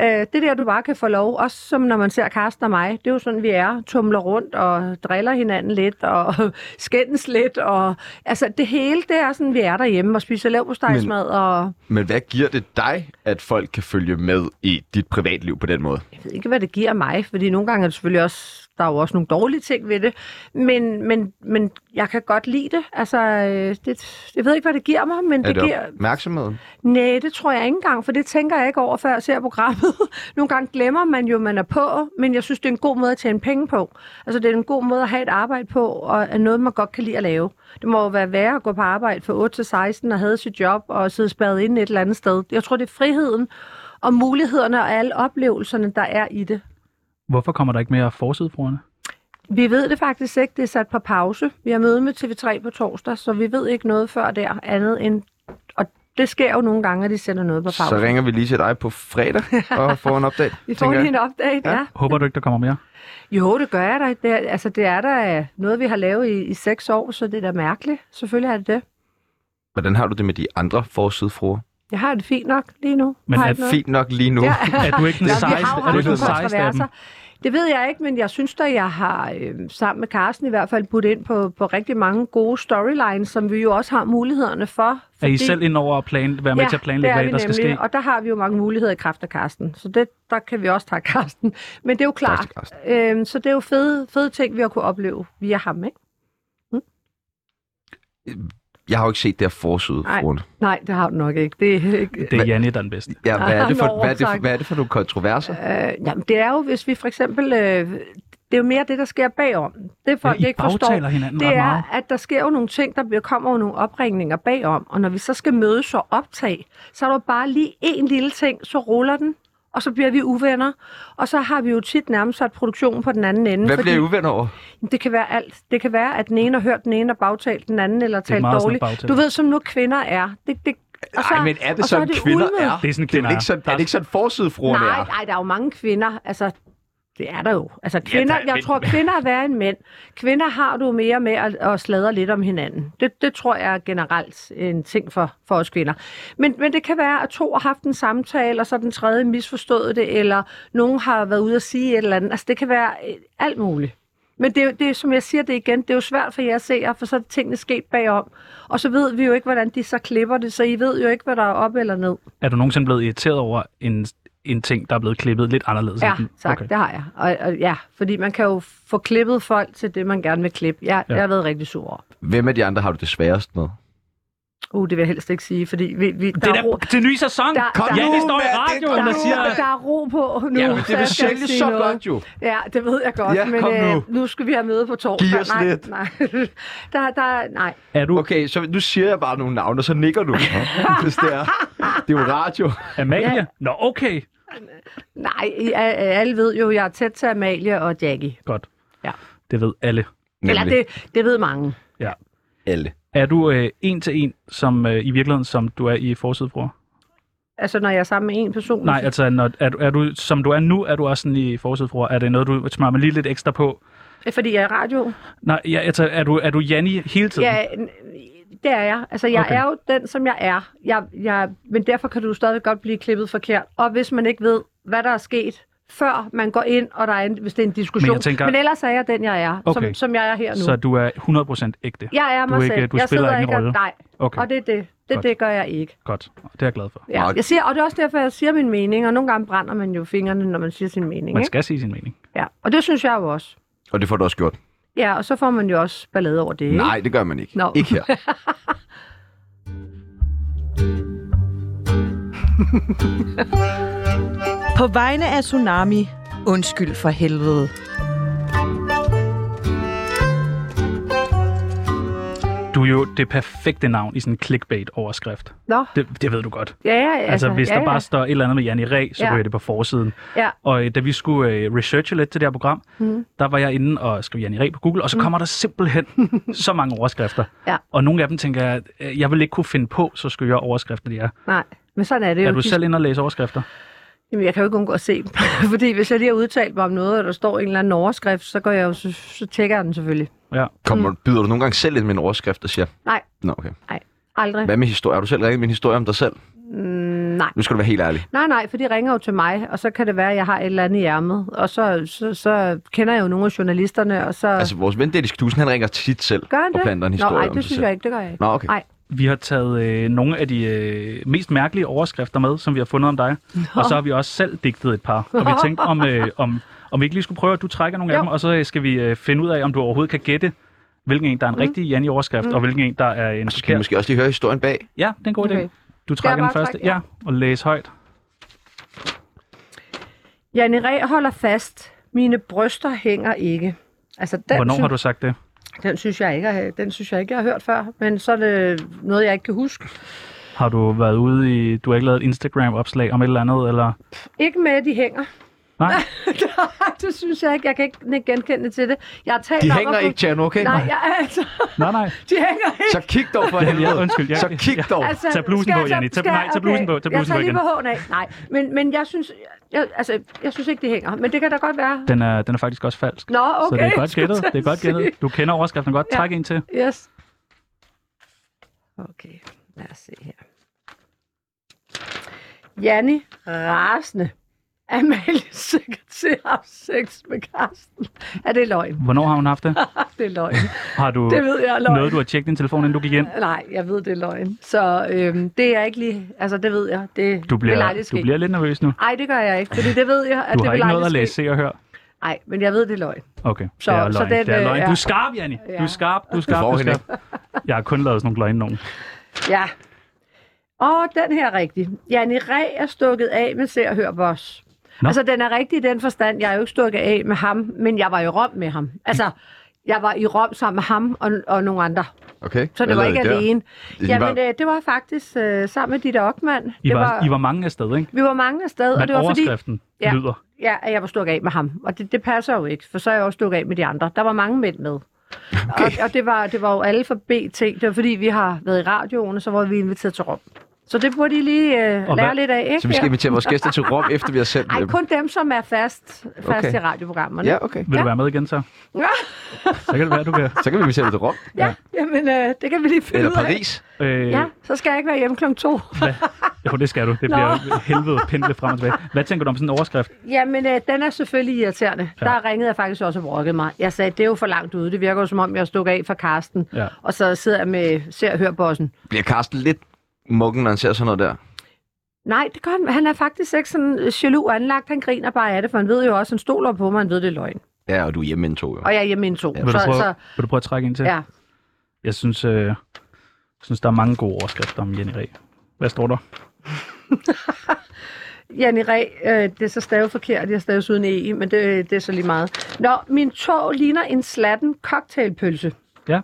Øh, det er der, du bare kan få lov. Også som når man ser Karsten og mig. Det er jo sådan, vi er. Tumler rundt og driller hinanden lidt, og skændes lidt. Og, altså, det hele, det er sådan, vi er derhjemme og spiser lavpostejsmad. Og
Men hvad giver det dig, at folk kan følge med i dit privatliv på den måde?
jeg ved ikke, hvad det giver mig, fordi nogle gange er det selvfølgelig også, der er jo også nogle dårlige ting ved det, men, men, men jeg kan godt lide det. Altså, øh, det, jeg ved ikke, hvad det giver mig, men
Er
det,
det
giver...
opmærksomheden?
Nej, det tror jeg ikke engang, for det tænker jeg ikke over, før jeg ser programmet. nogle gange glemmer man jo, at man er på, men jeg synes, det er en god måde at tjene penge på. Altså, det er en god måde at have et arbejde på, og er noget, man godt kan lide at lave. Det må jo være værre at gå på arbejde fra 8 til 16 og have sit job og sidde spadet inde et eller andet sted. Jeg tror, det er friheden og mulighederne og alle oplevelserne, der er i det.
Hvorfor kommer der ikke mere forsidefruerne?
Vi ved det faktisk ikke. Det er sat på pause. Vi har møde med TV3 på torsdag, så vi ved ikke noget før der andet end... Og det sker jo nogle gange, at de sender noget på pause.
Så ringer vi lige til dig på fredag og får en opdate.
vi får
tænker
lige
jeg.
en update, ja. ja.
Håber du ikke, der kommer mere?
Jo, det gør jeg da. Det er, altså, det er da noget, vi har lavet i, i seks år, så det er da mærkeligt. Selvfølgelig er det det.
Hvordan har du det med de andre forsidefruer?
Jeg har det fint nok lige nu.
Men
Har
er
ikke noget.
Fint nok lige nu.
Ja.
Er du ikke den
Ja, vi
sejeste?
har jo
Er
haft
du ikke den
nogle
sejeste af dem?
kontroverser. Det ved jeg ikke, men jeg synes da, jeg har øh, sammen med Carsten i hvert fald budt ind på, på rigtig mange gode storylines, som vi jo også har mulighederne for.
Er I selv ind over at plan, være med til at planlægge,
det er
hvad der
vi
skal ske?
nemlig, Og der har vi jo mange muligheder i kraft af Karsten. Så det, der kan vi også takke Karsten. Men det er jo klart.
Tak, Karsten.
Øhm, så det er jo fede, fede ting, vi har kunne opleve via ham, ikke?
Jeg har jo ikke set det her forsidefruerne.
Nej, det har du nok ikke. Det er ikke
Det er Janne, der er den bedste.
Ja, hvad er det
Ah,
for,
nå,
hvad er det, for-
tak.
hvad er det for nogle kontroverser?
Øh, jamen, det er jo, hvis vi for eksempel... Øh, det er jo mere det, der sker bagom. Det folk
Ja, I
ikke forstår,
bagtaler hinanden
det
ret
er,
meget.
at der sker jo nogle ting, der bliver- kommer jo nogle opringninger bagom. Og når vi så skal mødes og optage, så er der jo bare lige en lille ting, så ruller den, og så bliver vi uvenner. Og så har vi jo tit nærmest sat produktionen på den anden ende.
Hvad
fordi-
bliver I uvenner over?
det kan være alt. Det kan være, at den ene har hørt den ene og bagtalt den anden, eller talt
meget sådan
dårligt.
bagtalt.
Du ved, som nu kvinder er. Det, det, og
Nej, men er
og
det
så
sådan, kvinder
ulmet.
er?
Det er sådan,
Det er,
kvinder
vel ikke sådan, er det ikke sådan, forsidefruerne
Nej,
er?
nej, der er jo mange kvinder. Altså, det er der jo. Altså, kvinder, ja, der, jeg tror, kvinder er værre end mænd. Kvinder har du mere med at, at sladre lidt om hinanden. Det, det tror jeg er generelt en ting for, for os kvinder. Men, men det kan være, at to har haft en samtale, og så den tredje misforstået det, eller nogen har været ude at sige et eller andet. Altså, det kan være øh, alt muligt. Men det, er jo- det, er, som jeg siger det igen, det er jo svært for jer at se, for så er tingene sket bagom. Og så ved vi jo ikke, hvordan de så klipper det, så I ved jo ikke, hvad der er op eller ned.
Er du nogensinde blevet irriteret over en, en ting, der er blevet klippet lidt anderledes?
Ja,
end den?
tak, okay. det har jeg. Og, og, ja, fordi man kan jo få klippet folk til det, man gerne vil klippe. Jeg, ja.
Ja.
jeg har været rigtig sur over.
Hvem af de andre har du det sværest med?
Uh, det vil jeg helst ikke sige, fordi vi, vi, der,
Det
er ro,
er da til ny sæson!
Der-
Kom
der-
ja, det står i radioen,
der,
der siger...
er ro, der er ro på nu.
Ja, men
så
det
jeg
vil
skal ikke
sælge
sige
så
noget.
godt jo.
Ja, det ved jeg godt,
Ja,
men
kom nu.
Øh, nu skal vi have møde på torsdag.
Giv os
nej,
lidt.
nej, der, der, nej.
Er du
Okay, så nu siger jeg bare nogle navne, og så nikker du. hvis det er. Det er jo radio.
Amalie? Nå, okay.
Nej, I- a- alle ved jo, jeg er tæt til Amalie og Jackie.
Godt.
Ja.
Det ved alle.
Eller det, det ved mange.
Alle.
Er du øh, en til en, som øh, i virkeligheden, som du er i forsiden for?
Altså, når jeg er sammen med en person.
Nej, altså, når, er, du, er du, som du er nu, er du også sådan i forsiden for. Er det noget, du smører mig lige lidt ekstra på?
Fordi jeg er i radio.
Nej, ja, altså, er du, er du Janni hele tiden?
Ja, n- det er jeg. Altså, jeg
Okay.
okay. er jo den, som jeg er. Jeg, jeg, men derfor kan du stadig godt blive klippet forkert. Og hvis man ikke ved, hvad der er sket, før man går ind, og der er en, hvis det er en diskussion.
jeg tænker-
men ellers er jeg den, jeg er, okay.
Okay.
som, som jeg er her nu.
Så du er 100% ægte?
jeg er
du
mig
ikke-
selv.
du
jeg
spiller
sidder
ikke en
ikke og,
rolle.
Nej,
Okay,
og det, er det,
Godt.
det, det gør jeg ikke.
godt. Det er jeg glad for.
Ja.
Meget-
Jeg siger, og det er også derfor, jeg siger min mening, og nogle gange brænder man jo fingrene, når man siger sin mening.
Man
Ikke?
skal sige sin mening.
Ja, og det synes jeg jo også.
Og det får du også gjort.
Ja, og så får man jo også ballade over det. ikke?
Nej, det gør man ikke.
Nå.
Ikke her.
På vegne af Tsunami, undskyld for helvede.
Du er jo det perfekte navn i sådan en clickbait-overskrift.
Nå,
Det, det ved du godt.
ja, ja,
Altså, altså hvis
ja,
der
ja.
bare står et eller andet med Janni Ræ, så
Ja.
ja. ryger det på forsiden.
Ja.
Og øh, da vi skulle øh, researche lidt til det her program, mm. der var jeg inde og skrev Janni Ræ på Google, og så kommer der simpelthen så mange overskrifter.
Mm. Ja.
Og nogle af dem tænker jeg, øh, jeg vil ikke kunne finde på, så skøre overskrifter de er.
Nej, men sådan er det jo.
Er du
De-
selv inde og læse overskrifter?
Jamen, jeg kan jo ikke undgå at se dem. Fordi hvis jeg lige har udtalt mig om noget, og der står en eller anden overskrift, så går jeg jo, så, så tjekker jeg den selvfølgelig.
Ja.
Kommer, byder du nogle gange selv ind med en overskrift og siger...
Nej.
Nå, okay.
Aldrig.
Hvad med historie? Har du selv ringet min historie om dig selv?
Mm, nej.
Nu skal du være helt ærlig.
Nej, nej, for de ringer jo til mig, og så kan det være, at jeg har et eller andet i ærmet. Og så, så, så kender jeg jo nogle af journalisterne, og så...
Altså, vores ven Dennis Knudsen, han ringer tit selv
gør han
og
det?
planter en
Nå,
historie
nej,
om
det
sig
synes
selv.
jeg ikke, det gør jeg ikke.
Nå, okay.
Nej.
Vi har taget øh, nogle af de øh, mest mærkelige overskrifter med, som vi har fundet om dig. Nå. Og så har vi også selv digtet et par. Og vi tænkte, om, øh, om, om vi ikke lige skulle prøve, at du trækker nogle af
Jo.
dem, og så øh, skal vi øh, finde ud af, om du overhovedet kan gætte, hvilken en, der er en mm. rigtig Janni-overskrift, mm. og hvilken en, der er en
Så skal vi
forkert.
måske også lige høre historien bag.
Ja, det er en god okay.
Okay.
idé. Du trækker den
bare
første.
trække, ja.
ja. og læs højt.
Janne Ræ holder fast. Mine bryster hænger ikke. Altså, den,
Hvornår
sy-
har du sagt det?
den, synes jeg ikke, jeg- den synes jeg ikke, jeg har hørt før. Men så er det noget, jeg ikke kan huske.
Har du været ude i... Du har ikke lavet et Instagram-opslag om et eller andet, eller...
Ikke med, at de hænger.
Nej,
Nej, det synes jeg ikke. Jeg kan ikke nikke genkendende til det. Jeg har talt
De
om
hænger
at få-
ikke, Tjerno, okay?
Nej, jeg, altså,
nej, nej.
de hænger ikke.
Så kig dog for helvede.
Ja, undskyld, ja,
Så kig
ja.
dog.
Altså,
Tag blusen
skal jeg
på,
så-
Janni. Tag-
skal-
nej, tag blusen på. Tag
jeg
blusen
tager
på
lige
igen.
på hånden af. Nej, men, men jeg synes, jeg, altså, jeg synes ikke, det hænger. Men det kan da godt være.
Den er, den er faktisk også falsk.
Nå, okay.
Så det er godt
skulle
gættet.
jeg
Det er godt
sige.
gættet. Du kender overskriften godt.
Ja.
Træk en til.
Yes. Okay, lad os se her. Janni rasende. Amalie sekretær har sex med Karsten. Er det løgn?
Hvornår har hun haft det?
Det er løgn.
Har du
Det ved jeg er løgn.
noget, du har tjekket din telefon, inden du gik ind?
Nej, jeg ved, det er løgn. Så øhm, det er jeg ikke lige... Altså, det ved jeg. Det
Du
vil
bliver,
aldrig ske.
du bliver lidt nervøs nu.
Ej, det gør jeg ikke, fordi det ved jeg, at
Du
det
har
vil
ikke
aldrig
noget at læse,
ske.
se og høre.
Nej, men jeg ved, det er løgn.
Okay,
Så-
det er løgn.
så den,
det er
øh,
løgn.
ja.
Du er skarp, Janni. Du er
Ja.
skarp, du er skarp,
får
du er
hende
skarp. Jeg har kun lavet sådan nogle løgne nogen.
Ja. Og den her er rigtig. Janne Ræ er stukket af med Se og Hør Boss.
Nå.
Altså, den er rigtig i den forstand. Jeg er jo ikke stukket af med ham, men jeg var i Rom med ham. Altså, jeg var i Rom sammen med ham og, og nogle andre.
Okay.
Så det var ikke alene.
I
Jamen,
var-
øh, det var faktisk øh, sammen med Ditte Ockmann.
I
Det
var, I var mange afsted, ikke?
vi var mange afsted, og
Men
det var fordi,
overskriften
Ja.
lyder.
ja, at jeg var stukket af med ham. Og det, det passer jo ikke, for så er jeg også stukket af med de andre. Der var mange mænd med. Okay. Og, og det, var, det var jo alle fra BT. Det var fordi, vi har været i radioen, og så var vi inviteret til Rom. Så det burde I lige øh,
Og
lære
hvad-
lidt af, ikke?
Så vi skal invitere vores gæster til Rom, efter vi har sendt
Ej,
dem.
kun dem, som er fast, fast
Okay.
okay. i radioprogrammerne.
Ja, okay.
Vil
Ja.
du være med igen så?
Ja,
Så kan det være, du kan.
Så kan vi invitere dem til Rom.
ja. Jamen, øh, det kan vi lige finde
Eller
ud af.
Paris.
Øh,
Ja, så skal jeg ikke være hjemme klokken to.
Jo, det skal du. Det bliver helvede pendle frem og tilbage. Hvad tænker du om sådan en overskrift?
Jamen, øh, den er selvfølgelig irriterende. Ja. Der ringede jeg faktisk også og brokkede mig. Jeg sagde, det er jo for langt ude. Det virker jo, som om jeg stod af fra Karsten.
Ja.
Og så sidder jeg med ser og hører bossen.
Bliver Karsten lidt mukken, når han ser sådan noget der?
Nej, det gør han. Han er faktisk ikke sådan øh, jaloux anlagt. Han griner bare af det, for han ved jo også, han stoler på mig, han ved, det er løgn.
Ja, og du er hjemme inden to, jo.
Og jeg er hjemme i en to.
Vil du,
så,
prøve,
så,
vil du prøve at trække ind til?
ja.
Jeg synes, øh, jeg synes, der er mange gode overskrifter om Jenny Ræ. Hvad står der?
Janni Ræ, øh, det er så stavet forkert, jeg staves uden E, men det, det er så lige meget. Nå, min tog ligner en slatten cocktailpølse.
Ja.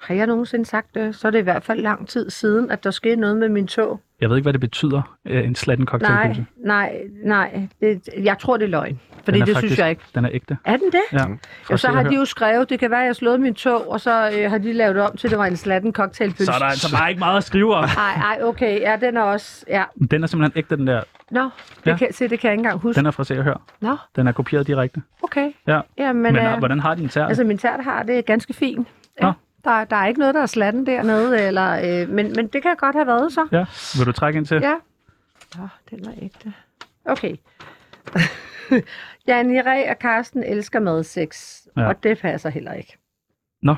Har jeg nogensinde sagt det, så er det i hvert fald lang tid siden, at der skete noget med min tog.
Jeg ved ikke, hvad det betyder, øh, en slatten
Nej,
cocktailpølse.
nej, nej. Det, jeg tror, det er løgn. Fordi
Den er
det
faktisk-
synes jeg ikke.
Den er ægte.
Er den det?
Mm.
Ja.
Jo,
at
så
se og
har de
høre.
jo skrevet, det kan være, at jeg har slået min tog, og så øh, har de lavet det om til, at det var en slatten cocktailpølse.
Så er der altså bare ikke meget at skrive om.
Ej, ej, okay. Ja, den er også... Ja.
Den er simpelthen ægte, den der.
Nå, det
Ja.
ja. kan, se, det kan jeg ikke engang huske.
Den er fra Se og Hør.
Nå,
Den er kopieret direkte.
okay.
Ja.
Ja, men,
Men,
øh,
øh, hvordan har din tær?
Altså, min tært har det ganske fint.
Nå.
Ja. Der, der er ikke noget, der er slatten dernede, eller, øh, men, men det kan godt have været så.
Ja. Vil du trække ind til?
Ja. Nå, den var ægte. Okay. Jan Ræ og Karsten elsker madsex,
Ja.
ja. og det passer heller ikke.
Nå.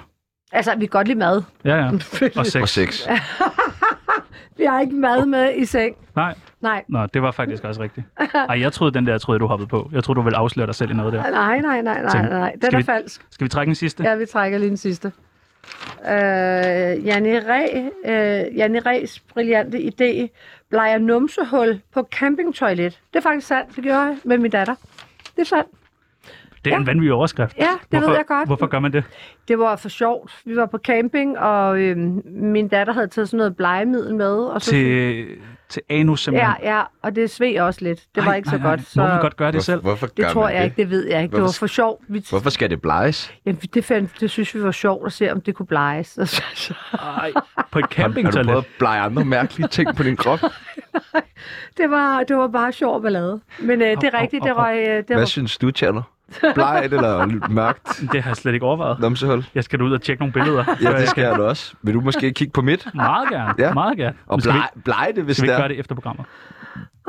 Altså, vi kan godt lide mad.
Ja, ja. Og
Og
sex.
sex.
vi har ikke mad med i seng.
Nej,
Nej,
Nå, det var faktisk også rigtigt. Ej, jeg troede, den der, jeg troede, du hoppede på. Jeg troede, du ville afsløre dig selv i noget der.
nej, nej, nej, nej,
Tænk,
nej. Den
skal
er
vi-
falsk.
Skal vi trække en sidste?
Ja, vi trækker lige den sidste. Øh, Janne, Ræ, øh, Janne Ræs brillante idé bleger numsehul på campingtoilet. Det er faktisk sandt, det gjorde jeg med min datter. Det er sandt.
Det er en vanvittig overskrift.
Ja, det
hvorfor,
ved jeg godt.
Hvorfor gør man det?
Det var for sjovt. Vi var på camping, og øh, min datter havde taget sådan noget blegemiddel med. Og så,
Til, til anus
Ja,
simpelthen.
ja, og det sved også lidt. Det var
Ej,
ikke så
nej, nej.
godt. Så
Må man godt gøre det selv?
Hvorfor
det
gør
tror
man
jeg ikke, det ved jeg ikke.
Hvorfor
det var
sk-
for sjovt. Vi,
Hvorfor skal det bleges?
jamen, det, fandt, det synes vi var sjovt at se, om det kunne bleges. Så, så,
Ej, på et
Har du prøvet
campingtoilet.
at blege andre mærkelige ting på din krop?
det, var, det var bare sjov ballade. Men øh, det
Au,
er rigtigt,
au,
det
au.
røg... Øh, det
Hvad
røg
synes du, Tjerno? Bleget eller lidt mørkt
Det har jeg slet ikke overvejet.
numsehul?
Jeg skal da ud og tjekke nogle billeder.
Ja, det skal jeg da også. Vil du måske kigge på mit?
Meget gerne. Ja.
Ja.
Meget gerne.
Og
Men skal, vi,
blege, blege det, hvis
skal vi
det
ikke gøre
er.
det efter programmet?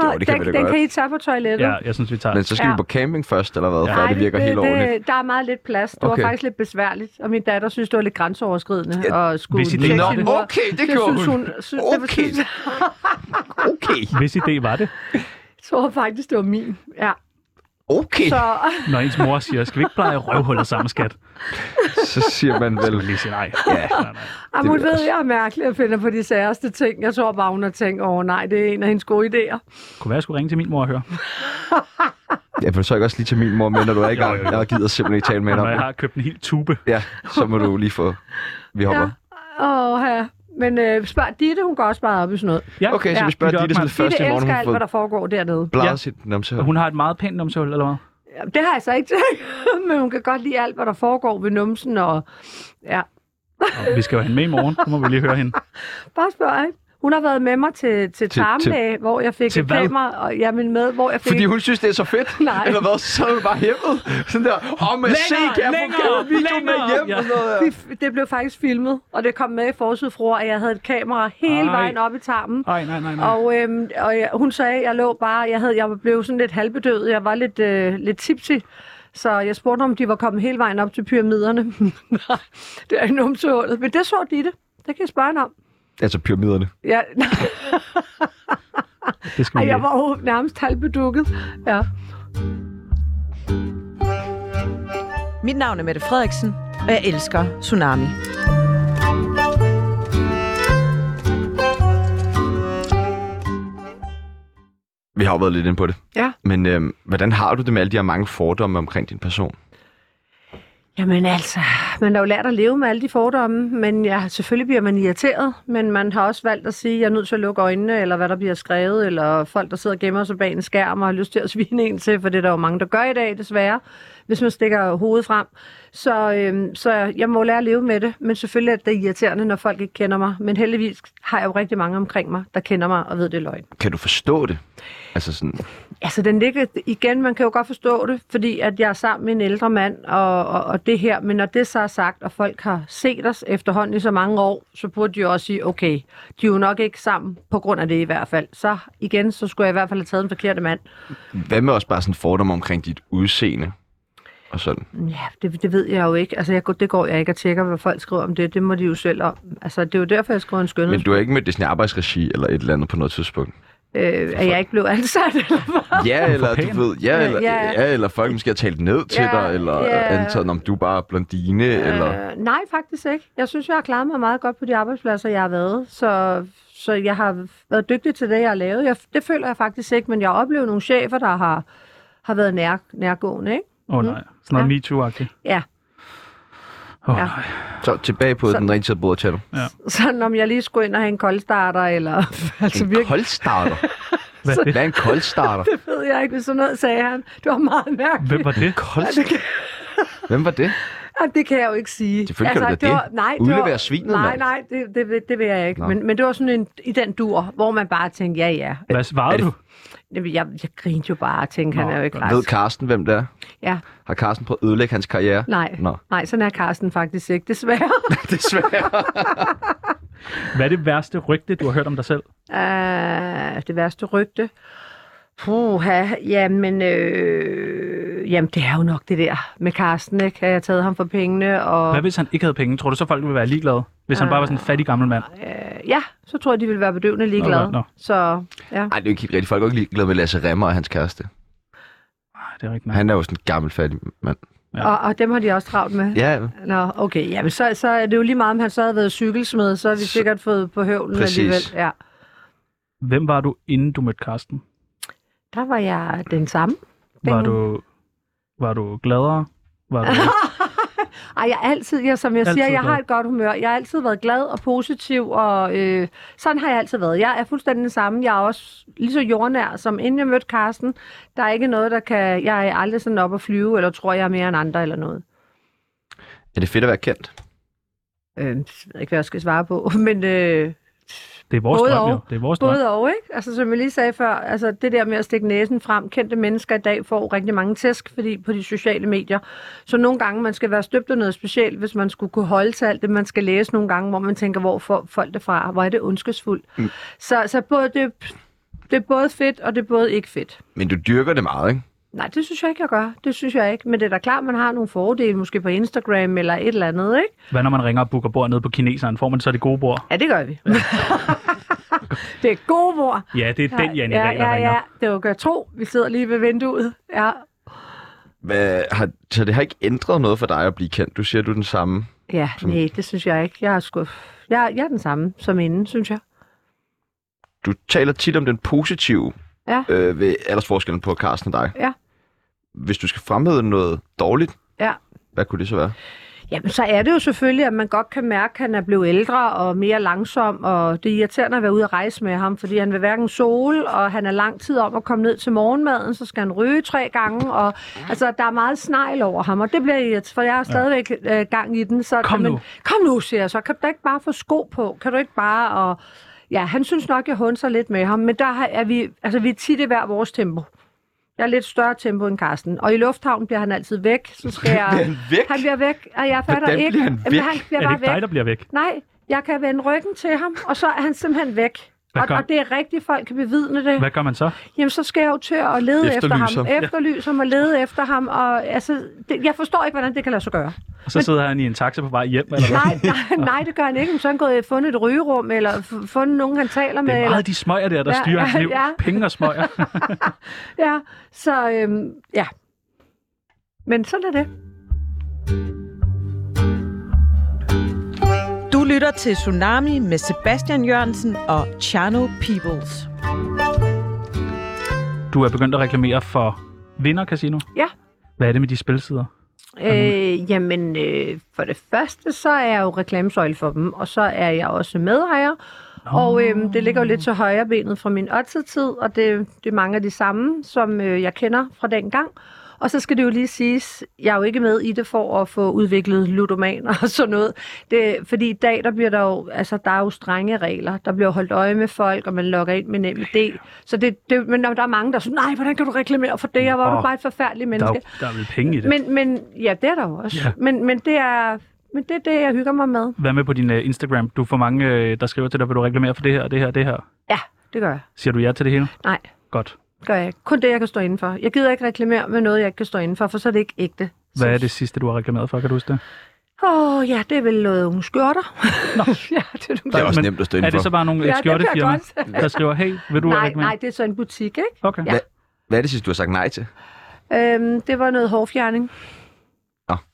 Åh,
Jo, det kan
den,
vi da
den
godt.
kan I tage på toilettet.
Ja, jeg synes, vi tager
Men så skal
Ja.
vi på camping først, eller hvad?
Ja.
Ja. Før det virker helt ordentligt.
Det, der er meget lidt plads. Det okay.
Okay.
var faktisk lidt besværligt, og min datter synes, det var lidt grænseoverskridende ja, at skulle
hvis I
tjekke
deler
sin
det.
mor.
Okay, det
det
gjorde
synes
hun.
hun. Synes, okay. Det var,
Okay.
synes, jeg
Okay,
Hvis idé var det,
tror faktisk, det var min. Ja.
okay.
Så ah,
når ens mor siger, skal vi ikke pleje røvhuller sammen, skat?
Så siger man
Så
vel...
vil jeg lige sige nej.
Ja.
Nej, nej.
jamen, ah,
ved
hun
jeg
ved,
også.
jeg er mærkelig at finde på de særste ting. Jeg tror bare, hun har tænkt over, nej, det er en af hendes gode idéer.
Kunne være, jeg skulle ringe til min mor og høre,
Ja, vil du så ikke også lige tage min mor med, når du er i gang?
Jo, jo, jo.
Jeg gider simpelthen ikke tale med hende
når jeg
om det.
har købt en hel tube.
Ja, så må du lige få... Vi hopper.
Åh, ja. Men øh, spørg Ditte, hun går også meget op i sådan noget.
Ja,
Okay, så
Ja,
vi spørger
Ditte
Ditte som det
Ockmann.
første
Ditte
i morgen,
elsker
hun
alt, hvad
har
der foregår dernede.
fået
Ja.
ja. sit numsehul.
Hun har et meget pænt numsehul, eller hvad?
Jamen, det har jeg så ikke tænkt, men hun kan godt lide alt, hvad der foregår ved numsen. Og, ja.
Og vi skal jo have hende med i morgen, så må vi lige høre hende.
Bare spørg, ikke? Hun har været med mig til,
til-
til tarmlæge, hvor jeg fik
Til
et
hvad?
kamera, og jamen med, hvor jeg fik...
Fordi hun synes, det er så fedt.
Nej.
Eller hvad? Så er hun bare hæppet. Sådan der, åh, oh, men se, kan jeg
længere,
få gavet videoen med
længere."
hjem?
Ja.
Ja. Og sådan noget,
Vi f- Det blev faktisk filmet, og det kom med i forsidefruer, at jeg havde et kamera hele
Ej.
Ej. vejen op i tarmen.
Nej, nej, nej, nej.
Og, øhm, og jeg, hun sagde, at jeg lå bare, jeg, havde, jeg blev sådan lidt halvbedøvet, jeg var lidt, øh, lidt tipsy. Så jeg spurgte, om de var kommet hele vejen op til pyramiderne. Nej, det er i numsehullet. Men det så de det. Det kan jeg spørge hende om.
Altså pyramiderne.
Ja, nej,
Det skal vi
ej, jeg
lige.
var jo nærmest halvbedukket. Ja.
Mit navn er Mette Frederiksen, og jeg elsker Tsunami.
Vi har jo været lidt inde på det.
Ja.
Men øhm, hvordan har du det med alle de her mange fordomme omkring din person?
Jamen altså, man har jo lært at leve med alle de fordomme, men ja, selvfølgelig bliver man irriteret, men man har også valgt at sige, at jeg er nødt til at lukke øjnene, eller hvad der bliver skrevet, eller folk, der sidder og gemmer sig bag en skærm og har lyst til at svine en til, for det er der jo mange, der gør i dag, desværre, hvis man stikker hovedet frem. Så, øhm, så jeg må lære at leve med det, men selvfølgelig er det irriterende, når folk ikke kender mig, men heldigvis har jeg jo rigtig mange omkring mig, der kender mig og ved det er løgn.
Kan du forstå det? Altså sådan,
Altså, den ligger, igen, man kan jo godt forstå det, fordi at jeg er sammen med en ældre mand, og, og, og det her, men når det så har sagt, og folk har set os efterhånden i så mange år, så burde de jo også sige, okay, de er jo nok ikke sammen på grund af det i hvert fald. Så igen, så skulle jeg i hvert fald have taget den forkerte mand.
Hvad med også bare sådan fordomme omkring dit udseende? Og sådan.
Ja, det, det ved jeg jo ikke. Altså, jeg, går- det går jeg ikke og tjekker, hvad folk skriver om det. Det må de jo selv om. Altså, det er jo derfor, jeg skriver en skønhed.
Men du har ikke mødt det i sådan en arbejdsregi eller et eller andet på noget tidspunkt?
Øh, at jeg ikke blev ansat, eller hvad?
Ja, eller
pæn.
du ved, ja, eller,
Ja,
ja.
ja.
ja, eller folk måske har talt ned til
Ja,
dig, eller
ja.
antaget, om du er bare er blondine, eller...
Øh, nej, faktisk ikke. Jeg synes, jeg har klaret mig meget godt på de arbejdspladser, jeg har været. Så, så jeg har været dygtig til det, jeg har lavet. Jeg, det føler jeg faktisk ikke, men jeg har oplevet nogle chefer, der har, har været nær, nærgående. Ikke?
Åh oh, nej, sådan noget MeToo-agtigt.
Ja,
Åh
Ja.
nej.
Så tilbage på
Så-
den rigtige bord til dig.
sådan om jeg lige skulle ind og have en koldstarter, eller altså
En
virkelig,
koldstarter?
Hvad er det?
Hvad er en koldstarter?
ved jeg ikke, hvis sådan noget sagde han. Det var meget mærkeligt.
Hvem var det?
Koldst... Hvem var det?
Jamen, det kan jeg jo ikke sige.
Selvfølgelig kan du da det.
nej, det var,
Udlevere svinet,
Nej,
mand.
nej, det, det, vil- det vil jeg ikke.
Nå.
Men, men det var sådan en, i den dur, hvor man bare tænkte, ja, ja.
Hvad svarede
Er det-
du?
Jamen, Jeg, jeg grinede jo bare og tænkte, han
Nå,
er jo ikke
Ved
ret.
Karsten, hvem det er?
Ja,
Har Karsten prøvet at ødelægge hans karriere?
nej.
Nå.
Nej, sådan er Carsten faktisk ikke, desværre.
Desværre.
Hvad er det værste rygte, du har hørt om dig selv?
Uh, det værste rygte. Puha, jamen, øh, jamen, det er jo nok det der med Carsten, ikke? At Jeg har taget ham for pengene, og...
Hvad hvis han ikke havde penge? Tror du så, folk ville være ligeglade? Hvis han bare var sådan en fattig gammel mand?
Øh, ja, så tror jeg, de ville være bedøvende ligeglade.
nå, nå.
Så,
Nej,
ja.
det er jo ikke helt rigtigt. Folk er jo ikke ligeglade med Lasse Remmer og hans kæreste.
Nej, det er rigtigt. nok.
Han er jo sådan en gammel fattig mand.
Ja.
Og, og dem har de også travlt med.
Ja,
Nå, okay. Jamen, så, så er det jo lige meget, om han så havde været cykelsmed, så har vi
Så-
sikkert fået på høvlen
Præcis.
alligevel. Ja.
Hvem var du, inden du mødte Karsten?
Der var jeg den samme.
Var
Bing.
du, var du gladere? Var du,
Ej, jeg er altid, jeg, som jeg
Altid
altid siger, jeg
glad.
har et godt humør. Jeg har altid været glad og positiv, og øh, sådan har jeg altid været. Jeg er fuldstændig den samme. Jeg er også lige så jordnær, som inden jeg mødte Karsten. Der er ikke noget, der kan... Jeg er aldrig sådan op at flyve, eller tror, jeg er mere end andre eller noget.
er det fedt at være kendt?
Øh, jeg ved ikke, hvad jeg skal svare på, men... Øh,
det er vores
Både
drøm,
og.
jo. Det er vores drøm.
Både og, ikke? Altså, som jeg lige sagde før, altså, det der med at stikke næsen frem. Kendte mennesker i dag får rigtig mange tæsk fordi, på de sociale medier. Så nogle gange, man skal være støbt af noget specielt, hvis man skulle kunne holde til alt det, man skal læse nogle gange, hvor man tænker, hvor får folk det fra? Hvor er det ondskabsfuldt? Mm. Så, så både det, det er både fedt, og det er både ikke fedt.
Men du dyrker det meget, ikke?
Nej, det synes jeg ikke, jeg gør. Det synes jeg ikke. Men det er da klart, man har nogle fordele, måske på Instagram eller et eller andet, ikke?
Hvad når man ringer og booker bord nede på kineseren? Får man så det gode bord?
Ja, det gør vi. det er gode mor.
Ja, det er den, Jan i
ja,
dag, der
ja,
ringer.
ja, det var godt tro. Vi sidder lige ved vinduet. Ja,
Hvad, har, så det har ikke ændret noget for dig at blive kendt? Du siger, du er den samme.
ja
Som-
nej, det synes jeg ikke. Jeg er sgu... Jeg, jeg er den samme som inden, synes jeg.
Du taler tit om den positive
Ja.
øh, ved aldersforskellen på Carsten og dig.
Ja.
Hvis du skal fremhæve noget dårligt,
Ja.
hvad kunne det så være?
Jamen, så er det jo selvfølgelig, at man godt kan mærke, at han er blevet ældre og mere langsom, og det er irriterende at være ude at rejse med ham, fordi han vil hverken sol, og han er lang tid om at komme ned til morgenmaden, så skal han ryge tre gange, og altså, der er meget snegl over ham, og det bliver irriterende, for jeg har stadigvæk øh, gang i den. Så,
Kom
men,
nu.
Kom nu, siger jeg så. Kan du da ikke bare få sko på? Kan du ikke bare... Og, ja, han synes nok, jeg hunser lidt med ham, men der har- er vi, altså, vi er tit i hver vores tempo. Jeg er lidt større tempo end Karsten. Og i lufthavnen bliver han altid væk. Så skal jeg...
Bliver han væk?
Han bliver væk, og jeg fatter
Hvordan
ikke.
bliver han væk?
Jamen, han bliver
Er det
bare
ikke dig,
væk.
der bliver væk?
Nej, jeg kan vende ryggen til ham, og så er han simpelthen væk.
Hvad
Og,
gør-
og det er rigtigt, folk kan bevidne det.
Hvad gør man så?
Jamen, så skal jeg jo til at lede efter
Efterlyse
ham.
ham.
Efterlyse ham og lede efter ham. Og, altså, det, jeg forstår ikke, hvordan det kan lade sig gøre.
Og så sidder han i en taxa på vej hjem, eller hvad?
Nej, nej, nej, det gør han ikke. Men så er han gået og fundet et rygerum, eller f- fundet nogen, han taler med.
Det er
eller,
meget de smøger der, der
Ja,
styrer
ja,
hans liv.
ja.
Penge og smøger.
ja, så øhm, ja. Men sådan er det.
Du lytter til Tsunami med Sebastian Jørgensen og Chano Peoples.
Du er begyndt at reklamere for Vinder Casino.
Ja.
Hvad er det med de spilsider?
Øh, jamen, øh, for det første, så er jeg jo reklamesøjle for dem, og så er jeg også medejer. Og øh, det ligger jo lidt til højre benet fra min tid, og det, det er mange af de samme, som øh, jeg kender fra den gang. Og så skal det jo lige siges, jeg er jo ikke med i det for at få udviklet ludomaner og sådan noget. Det, fordi i dag, der bliver der jo, altså, der er jo strenge regler. Der bliver holdt øje med folk, og man logger ind med nem idé. Så det, det, men der der er mange, der er sådan, nej, hvordan kan du reklamere for det, og hvor er
Åh,
du bare et forfærdeligt
Der er,
menneske.
jo, der er vel penge i det.
Men, men ja, det er der jo også.
Ja.
Men, men det er... men det er det, jeg hygger mig med.
Hvad med på din øh, Instagram? Du får mange, øh, der skriver til dig, vil du reklamere for det her, og det her, og det her.
Ja, det gør jeg.
Siger du ja til det hele?
Nej.
Godt.
Det gør jeg ikke. Kun det, jeg kan stå indenfor. Jeg gider ikke reklamere med noget, jeg ikke kan stå indenfor, for så er det ikke ægte.
Hvad er det sidste, du har reklameret for? Kan du huske det?
Åh, oh, ja, det er vel noget unge skjorter. Nå. ja, det er
Det er
nogle...
også
Men
nemt at stå
Er
indenfor.
det så bare nogle
Ja,
ja,
det
skjortefirmaer,
kan jeg godt.
der skriver, hey, vil du
Nej,
reklamere?
nej, det er så en butik, ikke?
Okay.
Ja.
Hvad er det sidste, du har sagt nej til?
Øhm, det var noget hårfjerning.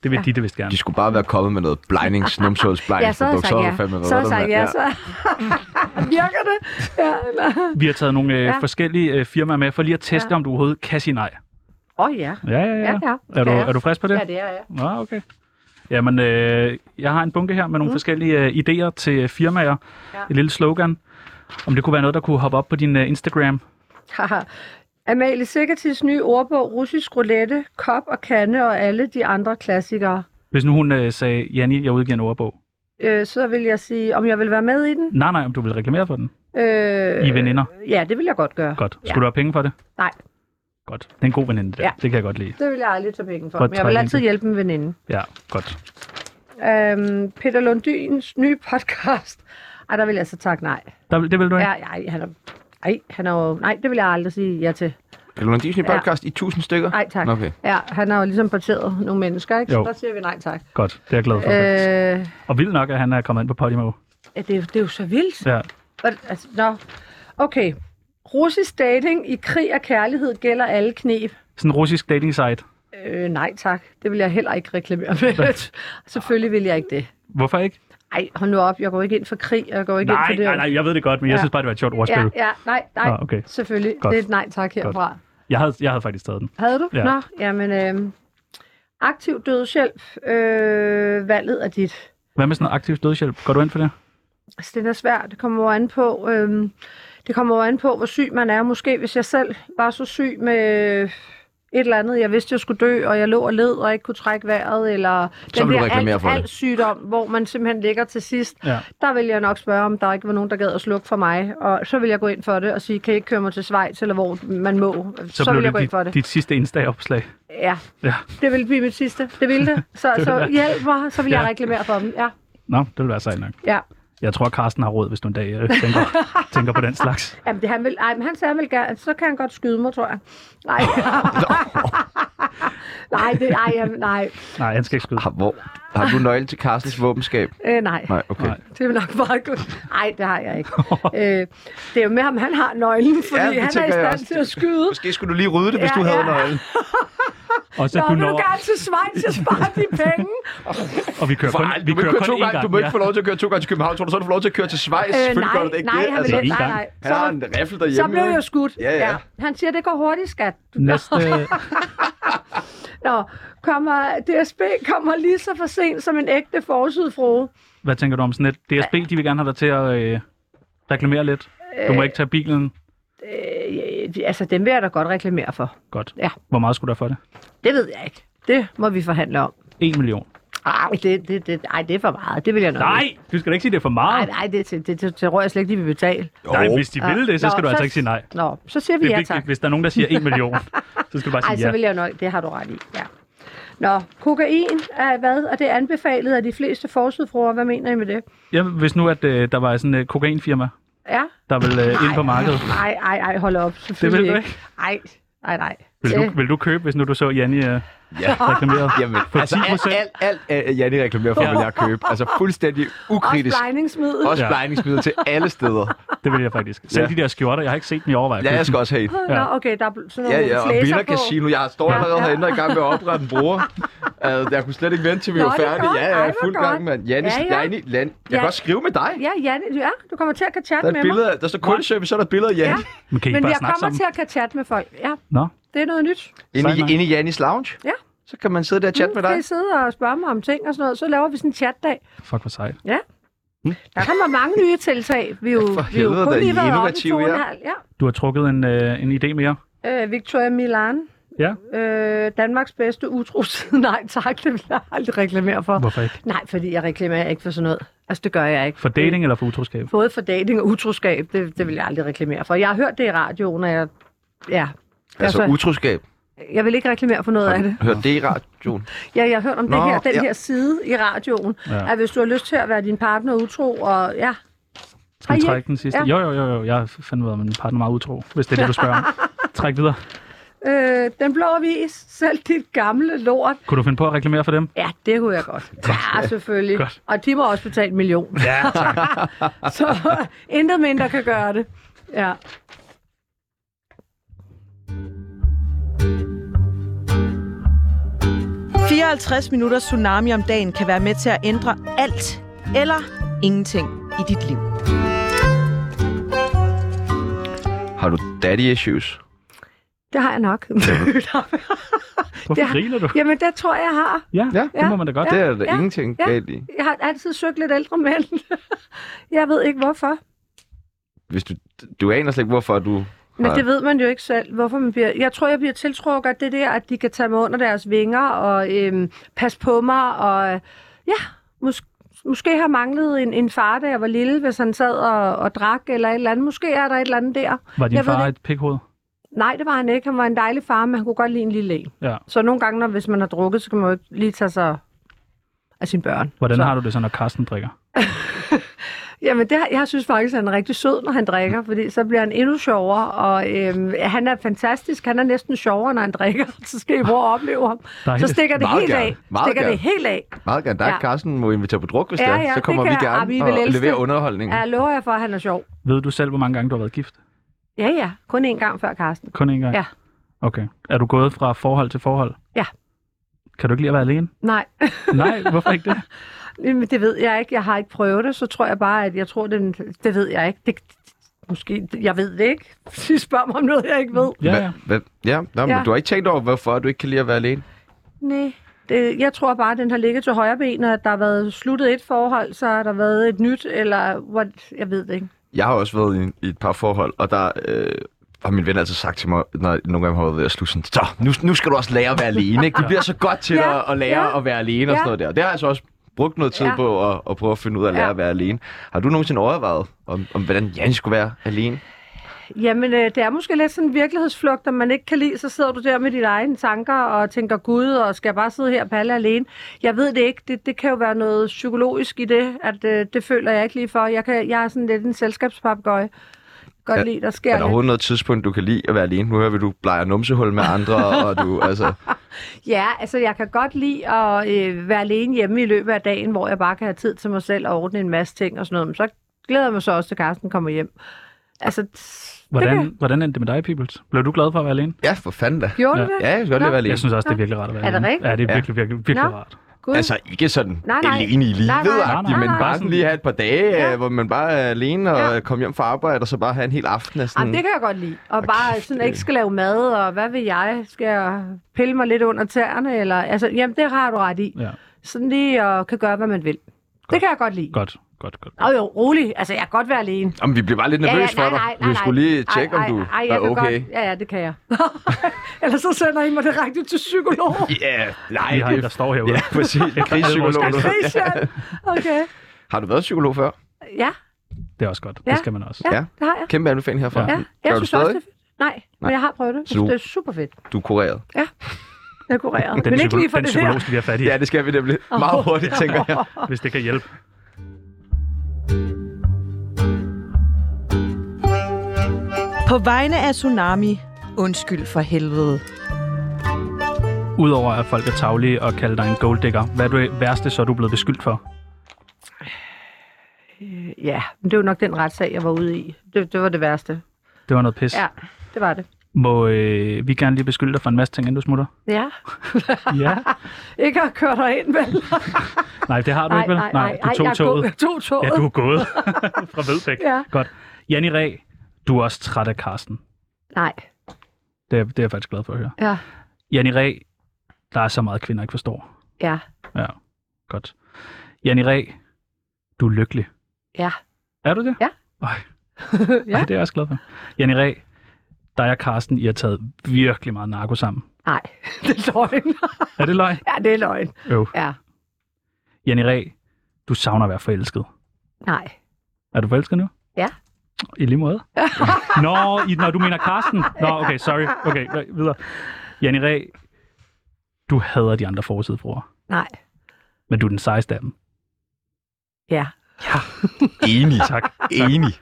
Det vil ja. Ditte vist gerne.
De skulle bare være kommet med noget blindings,
Ja,
numsehulsblindings,
så har jeg
så havde
sagt
du
ja.
fandme
Så har
været
jeg
der,
sagt
mand.
ja, så virker det. Ja, eller...
Vi har taget nogle øh,
Ja.
ja. forskellige øh, firmaer med, for lige at teste, ja. om du overhovedet kan sige nej.
Åh, oh, ja.
Ja, ja,
Ja,
ja.
ja.
Er, du,
Ja.
er du frisk på det?
Ja, det er jeg.
Nå, okay. Jamen, øh, jeg har en bunke her med nogle mm. forskellige øh, idéer til øh, firmaer.
Ja.
Ja. Et lille slogan. Om det kunne være noget, der kunne hoppe op på din øh, Instagram.
Haha. Amalie Sikkertids nye ordbog, russisk roulette, kop og kande og alle de andre klassikere.
Hvis nu hun øh, sagde, Janni, jeg udgiver en ordbog.
Øh, så vil jeg sige, om jeg vil være med i den.
Nej, nej, om du vil reklamere for den.
Øh,
I er veninder.
Ja, det vil jeg godt gøre.
Godt. Skulle
Ja.
du have penge for det?
Nej,
Godt. Det er en god veninde, der.
Ja.
Ja. Det kan jeg godt lide.
det vil jeg aldrig tage penge for.
Godt
Men jeg vil
træk,
altid
Inge.
hjælpe en veninde.
Ja, godt.
Øhm, Peter Lundins nye podcast. Ej, der vil jeg så takke nej.
Der, det vil du ikke?
Ja, ej, han er, ej, han er jo, nej, det vil jeg aldrig sige ja til.
Kan du Disney
Ja.
podcast i tusind stykker?
Nej, tak.
Okay.
Ja, han har jo ligesom parteret nogle mennesker, ikke? Så
Jo.
der siger vi nej tak.
Godt. Det er jeg glad for. Øh...
Øh,
Og vildt nok, at han er kommet ind på Podimo.
ja, det, er jo- det er jo så vildt.
Ja.
Hvad- Altså, nå. Okay. Russisk dating i krig og kærlighed gælder alle knep.
Sådan en russisk dating site.
Øh, nej tak, det vil jeg heller ikke reklamere med. Selvfølgelig vil jeg ikke det.
Hvorfor ikke?
Ej, hold nu op, jeg går ikke ind for krig, og jeg går ikke
Nej,
ind for det.
nej, nej, jeg ved det godt, men jeg
Ja.
synes bare, det var et sjovt ordspil.
Ja, ja, nej, nej,
Nå, okay.
selvfølgelig.
Godt.
Det er et nej tak herfra. Godt.
Jeg, havde, jeg havde faktisk taget den.
Havde du?
Ja.
Nå, jamen, øh, aktiv dødshjælp, øh, valget er dit.
Hvad med sådan noget aktiv dødshjælp? Går du ind for det?
Altså, det er da svært, det kommer jo an på, øh, det kommer jo an på, hvor syg man er. Måske hvis jeg selv var så syg med et eller andet, jeg vidste, jeg skulle dø, og jeg lå og led, og ikke kunne trække vejret, eller
Så vil du reklamere
alt,
for det.
alt sygdom, hvor man simpelthen ligger til sidst,
Ja.
der vil jeg nok spørge, om der ikke var nogen, der gad at slukke for mig, og så vil jeg gå ind for det og sige, kan I ikke køre mig til Schweiz, eller hvor man må, så, så
blev
vil jeg gå ind
dit,
for det.
dit sidste Insta-opslag.
Ja,
Ja.
det ville blive mit sidste. Det ville det. Så, så hjælp mig, så vil jeg
Ja.
reklamere for dem. Ja,
Nå, det vil være sejt nok.
ja.
Jeg tror, Carsten har råd, hvis du en dag øh, tænker, tænker på den slags.
Jamen, det, han vil, ej, men han sagde, vel gerne, så kan han godt skyde mig, tror jeg. Nej. nej, det, ej, jamen, nej.
Nej, han skal ikke skyde.
Har, hvor, har du nøgle til Carstens våbenskab?
Øh, nej.
Nej, okay.
Nej.
Det er nok meget godt. Nej, det har jeg ikke. øh, det er jo med ham, han har nøglen, fordi
Ja, det
ja, han er
tænker
i
jeg
stand
også.
til at skyde.
Måske skulle du lige rydde det, hvis
Ja,
du havde
ja.
nøglen.
Og så
Nå,
du
vil du
når,
gerne til Schweiz og spare de penge?
og vi kører
For,
kun,
ej,
vi
du må ikke
kører
køre to
kun én
gange.
gang.
Du må ikke få lov til at køre to gange til København. Tror du så, du får lov til at køre til Schweiz? Selvfølgelig gør du det ikke
Øh, nej,
det.
han vil
altså.
ikke.
Det
Nej,
er en
nej.
han har
Så,
en riffel derhjemme.
så blev jeg skudt.
Ja, ja.
Han siger, det går hurtigt, skat.
Næste,
Nå, kommer, DSB kommer lige så for sent som en ægte forsydfrue.
hvad tænker du om sådan et? DSB, de vil gerne have dig til at øh, reklamere lidt. Du må ikke tage bilen.
Øh, altså, den vil jeg da godt reklamere for.
Godt.
Ja.
Hvor meget skulle der for det?
Det ved jeg ikke. Det må vi forhandle om.
1 million.
Ej, det, det, det, ej, det er for meget. Det vil jeg nok
Nej,
ikke.
du skal da ikke sige, det er for
Nej,
meget.
nej, det, det, det, det, det tror jeg slet ikke, de vil betale.
Nej, hvis de vil det, så
Nå,
skal du altså ikke sige nej.
Nå, så siger vi
Det er
ja
vigtigt,
tak.
hvis der er nogen, der siger 1 million, så skal du bare
Ej,
sige
så
ja.
vil jeg nok. Det har du ret i, ja. Nå, kokain er hvad? Og det er anbefalet af de fleste forsydfruer. Hvad mener I med det?
Jamen, hvis nu, at øh, der var sådan et kokainfirma,
Ja?
der ville øh, ind på markedet,
Nej, nej, nej, hold op.
det
Selvfølgelig
ville du
ikke.
ikke?
Nej, nej, nej.
Vil
Det-
du, vil du købe, hvis nu du så Janni øh, reklameret?
Jamen,
For
altså,
10
alt, alt, alt, alt, Janne reklamerer for,
Ja.
vil jeg købe. Altså fuldstændig ukritisk.
Også blegningsmiddel.
Også
Ja.
blegningsmiddel til alle steder.
Det vil jeg faktisk. Selv
Ja.
ja. de der skjorter, jeg har ikke set dem i overvej.
Ja, jeg skal også have en.
Ja.
Ja.
Nå, okay, der er bl- sådan
Ja,
nogle
ja, og
flæser
Vinder
på.
Casino. Jeg står allerede herinde og i gang med at oprette en bruger. Altså, jeg kunne slet ikke vente, til vi
Nå,
var
det er
færdige.
godt.
Ja,
Ej,
jeg er
hvor
fuld
godt.
gang, mand. Janis,
Ja, ja.
jeg er inde i land. Jeg
Ja.
kan også skrive med dig.
Ja, Janne, ja, du kommer til at kan chatte
Der er
med
et
mig.
billede, af- der står kundeservice, så er der et billede af Janni.
Men kan I
Men
ikke bare
jeg
snakke
kommer
sammen?
til at kan chatte med folk. Ja,
Nå,
det er noget nyt.
Inde,
Sejt,
i-
mand.
inde i Jannis lounge.
Ja.
Så kan man sidde der og chatte med
Nu
dig.
kan I sidde og spørge mig om ting og sådan noget. Så laver vi sådan en chatdag.
fuck hvor sejt.
Der kommer mange nye tiltag. Vi er jo,
for
vi er jo
helvede
kun
da, I
lige
er
været oppe i
innovative,
to og en
ja.
halv. Ja.
Du har trukket en, øh, en idé mere.
Øh, Victoria Milan.
Ja.
Øh, Danmarks bedste utro siden. Nej, tak. Det vil jeg aldrig reklamere for.
Hvorfor ikke?
Nej, fordi jeg reklamerer ikke for sådan noget. Altså, det gør jeg ikke.
For dating eller for utroskab?
Både for dating og utroskab, det, det vil jeg aldrig reklamere for. Jeg har hørt det i radioen, og jeg... Ja.
Altså utroskab.
Jeg vil ikke reklamere for noget af det.
Hørte det i radioen?
Ja, jeg har hørt om Nå,
Nå,
det her, den
ja.
her side i radioen,
Ja.
ja. at hvis du har lyst til at være din partner utro, og ja,
Skal vi
Har I
trække den sidste?
Ja.
Jo, jo, jo, jo. Jeg har fandme været med min partner meget utro, hvis det er det, du spørger om. Træk videre.
øh, den blå avis, selv dit gamle lort,
Kunne du finde på at reklamere for dem?
ja, det kunne jeg godt. Ja, selvfølgelig.
Godt.
Og de må også betale en million.
Ja, tak.
Så øh, intet mindre kan gøre det. Ja.
det. 54 minutter tsunami om dagen kan være med til at ændre alt eller ingenting i dit liv.
Har du daddy issues?
Det har jeg nok.
Hvorfor
Ja.
griner du?
Jamen, det tror jeg, jeg har.
Ja,
Ja.
det må man da godt.
Det er der
ja,
ingenting
ja.
galt i.
Jeg har altid søgt lidt ældre mænd. Jeg ved ikke, hvorfor.
Hvis du, du aner slet ikke, hvorfor du...
Men
Nej.
det ved man jo ikke selv, hvorfor man bliver... Jeg tror, jeg bliver tiltrukket af det der, at de kan tage mig under deres vinger og øhm, passe på mig. Og øh, ja, mås- måske har manglet en, en far, da jeg var lille, hvis han sad og, og drak eller et eller andet. Måske er der et eller andet der.
Var din
Jeg ved
far
det
et pikhoved?
Nej, det var han ikke. Han var en dejlig far, men han kunne godt lide en lille en.
Ja.
Så nogle gange, når, hvis man har drukket, så kan man jo ikke lige tage sig af sine børn.
Hvordan
så.
har du det så, når Carsten drikker?
Jamen, det, har- jeg synes faktisk, at han er rigtig sød, når han drikker, fordi så bliver han endnu sjovere, og øhm, han er fantastisk. Han er næsten sjovere, når han drikker, så skal I prøve at opleve ham. Så
Dejligt.
stikker det
Meget
helt
gerne.
af.
Meget
Stikker
gerne.
det helt af.
Meget gerne dig,
Ja.
ja. Carsten, må invitere på druk, hvis
Ja,
det
ja,
er. Så
det
kommer vi
kan jeg. Ah, vi vil
gerne og
elske
leverer
det.
underholdning.
Ja, Jeg lover jer for, at han er sjov.
Ved du selv, hvor mange gange du har været gift?
Ja, ja. Kun én gang før, Karsten.
Kun én gang?
Ja.
Okay. Er du gået fra forhold til forhold?
Ja.
Kan du ikke lide at være alene?
Nej,
Nej, hvorfor ikke det?
Jamen, det ved jeg ikke. Jeg har ikke prøvet det. Så tror jeg bare, at jeg tror, det, det ved jeg ikke. Det, måske, jeg ved det ikke. I spørger mig om noget, jeg ikke ved.
Ja, ja.
Hva, ja, nå, men
Ja.
du har ikke tænkt over, hvorfor du ikke kan lide at være alene?
Nej. Det, jeg tror bare, at den har ligget til højre ben, og at der har været sluttet et forhold, så har der været et nyt, eller what, jeg ved det ikke.
Jeg har også været i, en- i et par forhold, og der øh, har min ven altid sagt til mig, når jeg nogle gange har været ved at slutte sådan, så, nu, nu skal du også lære at være alene. Ikke? Det bliver så godt til
Ja,
dig at lære
ja,
at være alene og
ja.
sådan noget der. Og det har jeg så også brugt noget tid
Ja.
på at, at prøve at finde ud af at lære
Ja.
at være alene. Har du nogensinde overvejet, om, om hvordan Jan skulle være alene?
Jamen, øh, det er måske lidt sådan en virkelighedsflugt, om man ikke kan lide, så sidder du der med dine egne tanker og tænker, gud, og skal jeg bare sidde her og palle alene? Jeg ved det ikke. Det, det kan jo være noget psykologisk i det, at øh, det føler jeg ikke lige for. Jeg, kan, jeg er sådan lidt en selskabspapgøj. Godt
Er-
lide, der
Er
sker
der
lidt.
overhovedet noget tidspunkt, du kan lide at være alene? Nu hører vi, du plejer numsehul med andre, og du, altså...
Ja, altså jeg kan godt lide at øh, være alene hjemme i løbet af dagen, hvor jeg bare kan have tid til mig selv og ordne en masse ting og sådan noget. Men så glæder jeg mig så også til, at Carsten kommer hjem. Altså, t- det
Hvordan,
kan-
hvordan endte det med dig, Peoples? Blev du glad for at være alene?
Ja, for fanden da.
Gjorde du
Ja.
det?
Ja, jeg kan godt lide at være alene.
Jeg synes også, det er virkelig rart at være
Er det
alene.
rigtigt?
Ja, det er
Ja.
virkelig, virkelig, virkelig
Nå.
rart.
Gud.
Altså ikke sådan
Nej,
nej,
nej.
nej. alene i
Nej, nej.
livet-agtigt,
Nej,
men
nej.
bare sådan lige have et par dage,
Ja.
ja. hvor man bare er alene og
Ja.
ja. komme hjem fra arbejde, og så bare have en hel aften af sådan...
Jamen, det kan jeg godt lide. Og bare
kæft,
sådan, at
det-
jeg ikke skal lave mad, og hvad vil jeg? Skal jeg pille mig lidt under tæerne? Eller, altså, jamen, det har du ret i.
Ja.
Sådan lige og kan gøre, hvad man vil. Det kan jeg godt lide.
Godt, godt, godt.
Og jo, rolig. Altså, jeg kan godt være alene.
Jamen, vi blev bare lidt nervøse for dig. vi skulle lige tjekke,
ej,
om du
ej, ej, jeg
var
kan
okay.
Godt. Ja, ja, det kan jeg. Ellers så sender I mig direkte til psykolog.
Ja, yeah, nej,
Vi har en,
det
der står herude.
Ja, præcis. Krigspsykolog. du.
Christian. Okay.
Har du været psykolog før?
Ja,
Det er også godt.
Ja.
Det skal man også.
ja,
Ja.
det har jeg.
Kæmpe anbefaling herfra.
Ja, jeg
Gør du
synes også, det
stadig?
er fedt. Nej, men jeg har prøvet det. Jeg synes,
Super.
det er super fedt.
Du er kureret.
Jeg er kureret.
Den,
men ikke lige for
den
det her.
psykolog skal vi have fat i,
Ja, det skal vi nemlig meget hurtigt, tænker jeg.
hvis det kan hjælpe.
På vegne af Tsunami, undskyld for helvede.
Udover at folk er taglige og kalder dig en golddigger, hvad er det værste, så er du blevet beskyldt for?
Ja, men det var nok den retssag, jeg var ude i. Det, det var det værste.
Det var noget pis.
Ja, det var det.
Må øh, vi gerne lige beskylde dig for en masse ting, inden du smutter?
Ja,
Ja.
ikke at køre dig ind, vel?
Nej, det har du ikke, vel? du tog
jeg
toget.
Jeg tog toget.
Ja, du er gået fra Vedbæk.
Ja.
Godt. Janni Ræ, du er også træt af Karsten.
Nej,
Det er, det er jeg faktisk glad for at høre.
ja,
Janni Ræ, der er så meget kvinder ikke forstår.
ja,
Ja, godt. Janni Ræ, du er lykkelig.
ja.
Er du det?
Ja.
Ej, ja.
ja.
det er jeg også glad for. Janni Ræ, dig og Karsten, I har taget virkelig meget narko sammen.
Nej, det er løgn.
Er det løg?
Ja, det er løgn.
Øv.
Ja,
Janni Ræ, du savner at være forelsket.
nej.
Er du forelsket nu?
Ja.
I lige måde. Nå, i, når du mener Karsten. Nå, okay, sorry. Okay, videre. Janni Ræ, du hader de andre forsidefruer,
Nej.
men du er den sejeste af dem.
Ja.
Enig.
Tak.
Enig.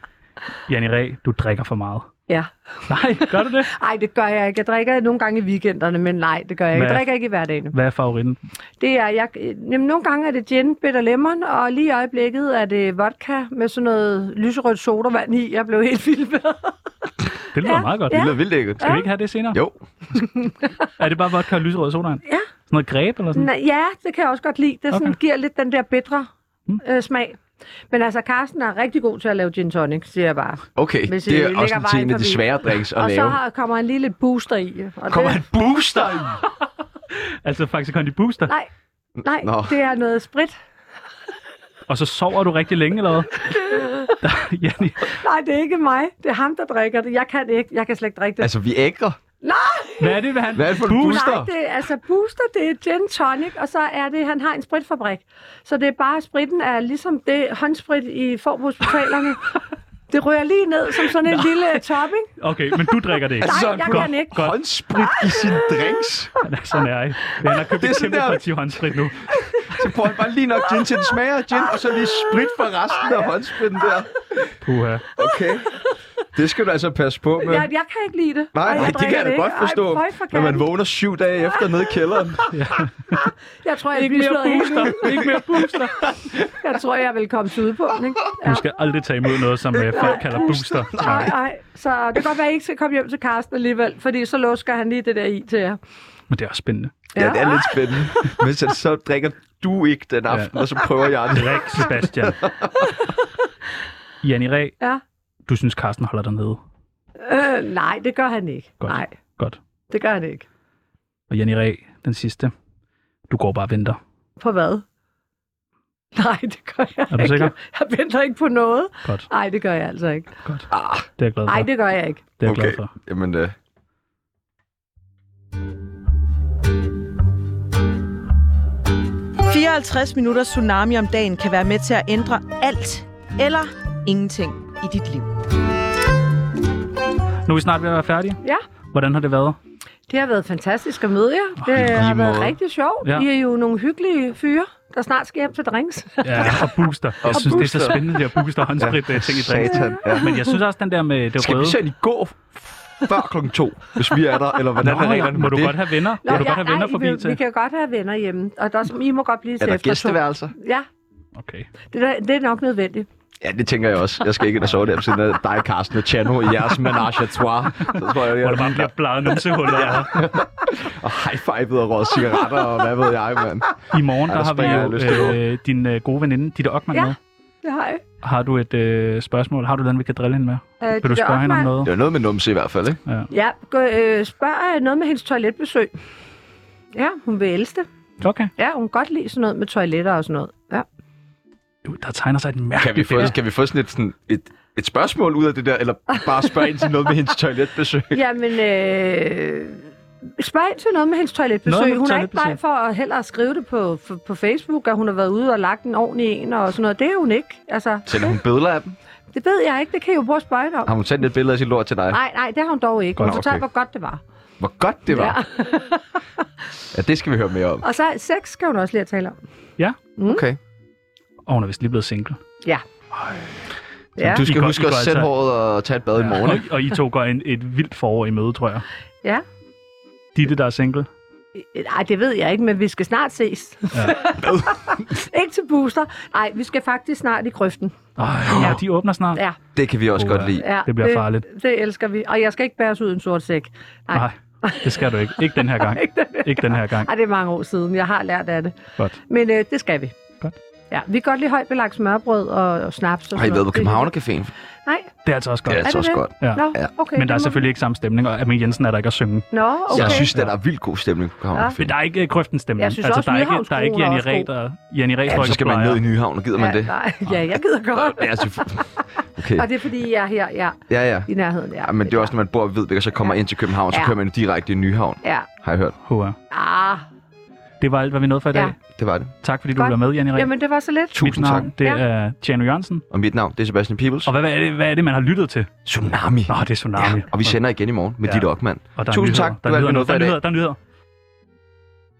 Janni Ræ, du drikker for meget.
Ja.
Nej, gør du det?
Ej, det gør jeg ikke. Jeg drikker nogle gange i weekenderne, men nej, det gør jeg ikke.
Hvad?
Jeg drikker ikke i hverdagen.
Hvad er favoritten?
Det er, jeg, øh, jamen, nogle gange er det gin, bitter lemon, og lige i øjeblikket er det vodka med sådan noget lyserødt sodavand i. Jeg blev helt vild med.
Det lyder
Ja,
meget godt.
ja.
Det lyder vildt lækkert.
Skal vi ikke have det senere?
Jo.
Er det bare vodka og lyserød sodavand?
Ja.
Sådan noget greb
Mm.
eller sådan?
Nå, ja, det kan jeg også godt lide. Det sådan,
Okay.
giver lidt den der bitre
Mm.
øh, smag. Men altså, Carsten er rigtig god til at lave gin tonic, siger jeg bare.
Okay,
Hvis I
det er
lægger
også en
vejen
ting af de
forbi.
svære drinks at
og så
lave.
har, kommer han lige lidt booster i. Og
Kommer
det,
en booster i?
Altså faktisk Condi Booster.
Nej, nej
Nå.
det er noget sprit.
Og så sover du rigtig længe eller hvad? Janni,
Nej, det er ikke mig. Det er ham, der drikker det. Jeg kan ikke. Jeg kan slet ikke drikke det.
Altså, vi ægger.
hvad er det, hvad han...
Hvad er det for en booster?
Nej, det er, altså booster, det er gin tonic, og så er det, han har en spritfabrik. Så det er bare, spritten er ligesom det håndsprit, I får på hospitalerne. det rører lige ned som sådan en lille topping.
Okay, men du drikker det ikke.
Altså,
Nej, jeg
Godt,
kan ikke.
Godt,
Håndsprit i sin drinks.
han er så nær. ikke? Han har købt
Det er
et
sådan
kæmpe
der-
parti håndsprit nu.
Så får han bare lige nok gin til den smager af gin, og så lige sprit for resten af håndspritten der.
Puha.
Okay. Det skal du altså passe på med.
Jeg, jeg kan ikke lide det.
Nej,
og
nej, det kan
drikker
jeg da godt
ikke.
forstå,
Ej, for
når man
katten.
vågner syv dage efter nede i kælderen.
Jeg tror, jeg bliver slået helt ud.
Ikke mere booster.
Jeg tror, jeg vil komme til udpunkten, ikke? Ja.
Du skal aldrig tage imod noget, som øh, folk kalder booster.
Nej, nej. Så det kan godt være, at I ikke skal komme hjem til Karsten alligevel, fordi så lusker han lige det der i til jer.
Men det er også spændende.
Ja, det er lidt spændende. Men så, så drikker du ikke den aften, og så prøver jeg det.
Drik, Sebastian. Janni Ræ,
Ja.
du synes, Carsten holder dig nede.
Øh, nej, det gør han ikke.
Godt.
Nej,
Godt.
det gør han ikke.
Og Janni Ræ, den sidste. Du går bare og venter.
På hvad? Nej, det gør jeg
Er du
ikke.
sikker?
Jeg venter ikke på noget.
Godt,
Nej, det gør jeg altså ikke.
godt. Det er jeg glad for.
Nej, det gør jeg ikke.
Det er jeg glad
Okay.
for.
Jamen, øh,
Fire- 54 minutter tsunami om dagen kan være med til at ændre alt eller ingenting i dit liv.
Nu er vi snart ved at være færdige.
Ja.
Hvordan har det været?
Det har været fantastisk at møde
i
jer. Det
lige
har været
måde.
rigtig sjovt.
Ja.
I er jo nogle hyggelige fyre, der snart skal hjem til drinks.
Ja, og booster. Jeg synes, det er så
booster.
spændende, det at booster og håndsprit øh, ting i drinks.
satan. Ja.
Men jeg synes også, den der med det
Skal vi
røde...
selv i går før klokken to, hvis vi er der, eller hvordan er
Nå,
reglerne
må
med
du
det?
godt have venner? Må du
ja,
godt have venner
nej,
forbi
vi,
til?
vi kan godt have venner hjemme. Og der, I må godt blive
Er
til
der
efter to.
gæsteværelser?
Ja,
Okay.
det, der, det er nok nødvendigt.
Ja, det tænker jeg også. Jeg skal ikke ind og sove der ved siden af dig, Carsten og Chano i jeres menage à trois. Så tror jeg,
Hvor der
jeg
bare bliver bladet numsehuller. ja.
og high-fived og røget cigaretter og hvad ved jeg, mand.
I morgen,
Ej,
der
der
har vi
springer jeg lyst til
jo øh, din øh, gode veninde, Ditte Ockmann
Ja.
med.
Det har jeg.
Har du et øh, spørgsmål? Har du den, vi kan drille hende med?
Øh,
Vil du
Ditte
spørge hende om
Ockmann?
noget?
Det er noget med numse i hvert fald, ikke?
Ja, gå, øh, spørg øh, noget med hendes toiletbesøg. Ja, hun vil elske det.
Okay.
Ja, hun kan godt lide sådan noget med toiletter og sådan noget. Ja.
Du, der tegner sig et
Kan vi
mærkeligt
få,
billede.
kan vi få sådan, et, sådan et, et spørgsmål ud af det der, eller bare spørge ind til noget med hendes toiletbesøg?
Jamen, øh, spørg ind til noget med hendes toiletbesøg.
Noget med
hun er ikke
toiletbesøg.
bleg for at heller at skrive det på, på, på Facebook, at hun har været ude og lagt en ovn i en og sådan noget. Det er hun ikke. Altså,
Sender hun billeder af dem?
det ved jeg ikke. Det kan I jo prøve at spørge hende om.
Har hun sendt et billede af sit lort til dig?
Nej, nej, det har hun dog ikke. Hun
Nå,
fortalte,
okay.
hvor godt det var.
Hvor godt det var.
Ja.
Ja, ja det skal vi høre mere om.
Og så sex skal hun også lige at tale om.
Okay.
Og hun er vist lige blevet single.
Ja,
Du
I
skal
går- I
huske
går
at
altså-
sætte håret og tage et bad i morgen, ikke?
Og, og I to går en, et vildt forår i møde, tror jeg.
ja.
Ditte, der er single.
Nej, det ved jeg ikke, men vi skal snart ses.
Ja.
ikke til booster. Nej, vi skal faktisk snart i grøften.
Ej, ja. de åbner snart.
Ja,
Det kan vi også
Uha.
godt lide.
ja,
Det bliver farligt.
Det, det elsker vi. Og jeg skal ikke bæres ud i en sort sæk. Nej.
Nej, det skal du ikke. Ikke den her gang. Ikke den her gang.
Ej, det er mange år siden. Jeg har lært af det.
Godt.
Men øh, det skal vi.
Godt.
Ja, vi kan godt lide højt belagt smørbrød og, og snaps. Og
Har I
sådan
været på
noget.
Københavnercaféen?
Det- Nej,
Det er altså også godt.
Det er altså
det
også
det?
godt.
Ja.
nå, okay.
Men der er
det må-
selvfølgelig ikke samme stemning, og Amin Jensen er der ikke at synge.
Nå, okay.
Jeg synes, at der er vildt god stemning på Københavnercaféen.
Men der er ikke øh, grøftens stemning.
Jeg synes
altså,
også,
der er ikke, der er ikke Janni
Nyhavnskroen er
Ræ,
også
der... Janni Ræ,
Ja, så skal man ned i Nyhavn, og gider man
ja,
det?
Nej, ja, jeg gider godt.
Ja, altså, okay.
Og det er, fordi jeg er her ja,
Ja, ja.
i nærheden. Ja,
Ja, men det er også, når man bor ved Vedbæk, og så kommer ind til København, så
Ja.
kører man direkte i Nyhavn,
Ja,
har jeg hørt.
Hua.
ah,
Det var alt, hvad vi nåede for i dag.
Ja.
Det var det.
Tak fordi du
Godt.
var med, Janne Jamen,
Jamen, det var så lidt.
Mit
Tusind tak.
navn, det
Ja.
er Tjerno Jørgensen.
Og mit navn, det er Sebastian Peebles.
Og hvad, hvad, er det, hvad er det, man har lyttet til?
Tsunami.
Nå, det er Tsunami.
Og vi sender igen i morgen med
Ja.
dit Okman.
Og der er
Tusind
nyheder.
tak.
Der
Det var
er
alt, vi
nyheder.
nåede
Der
for
er
i dag.
nyheder. Der er nyheder.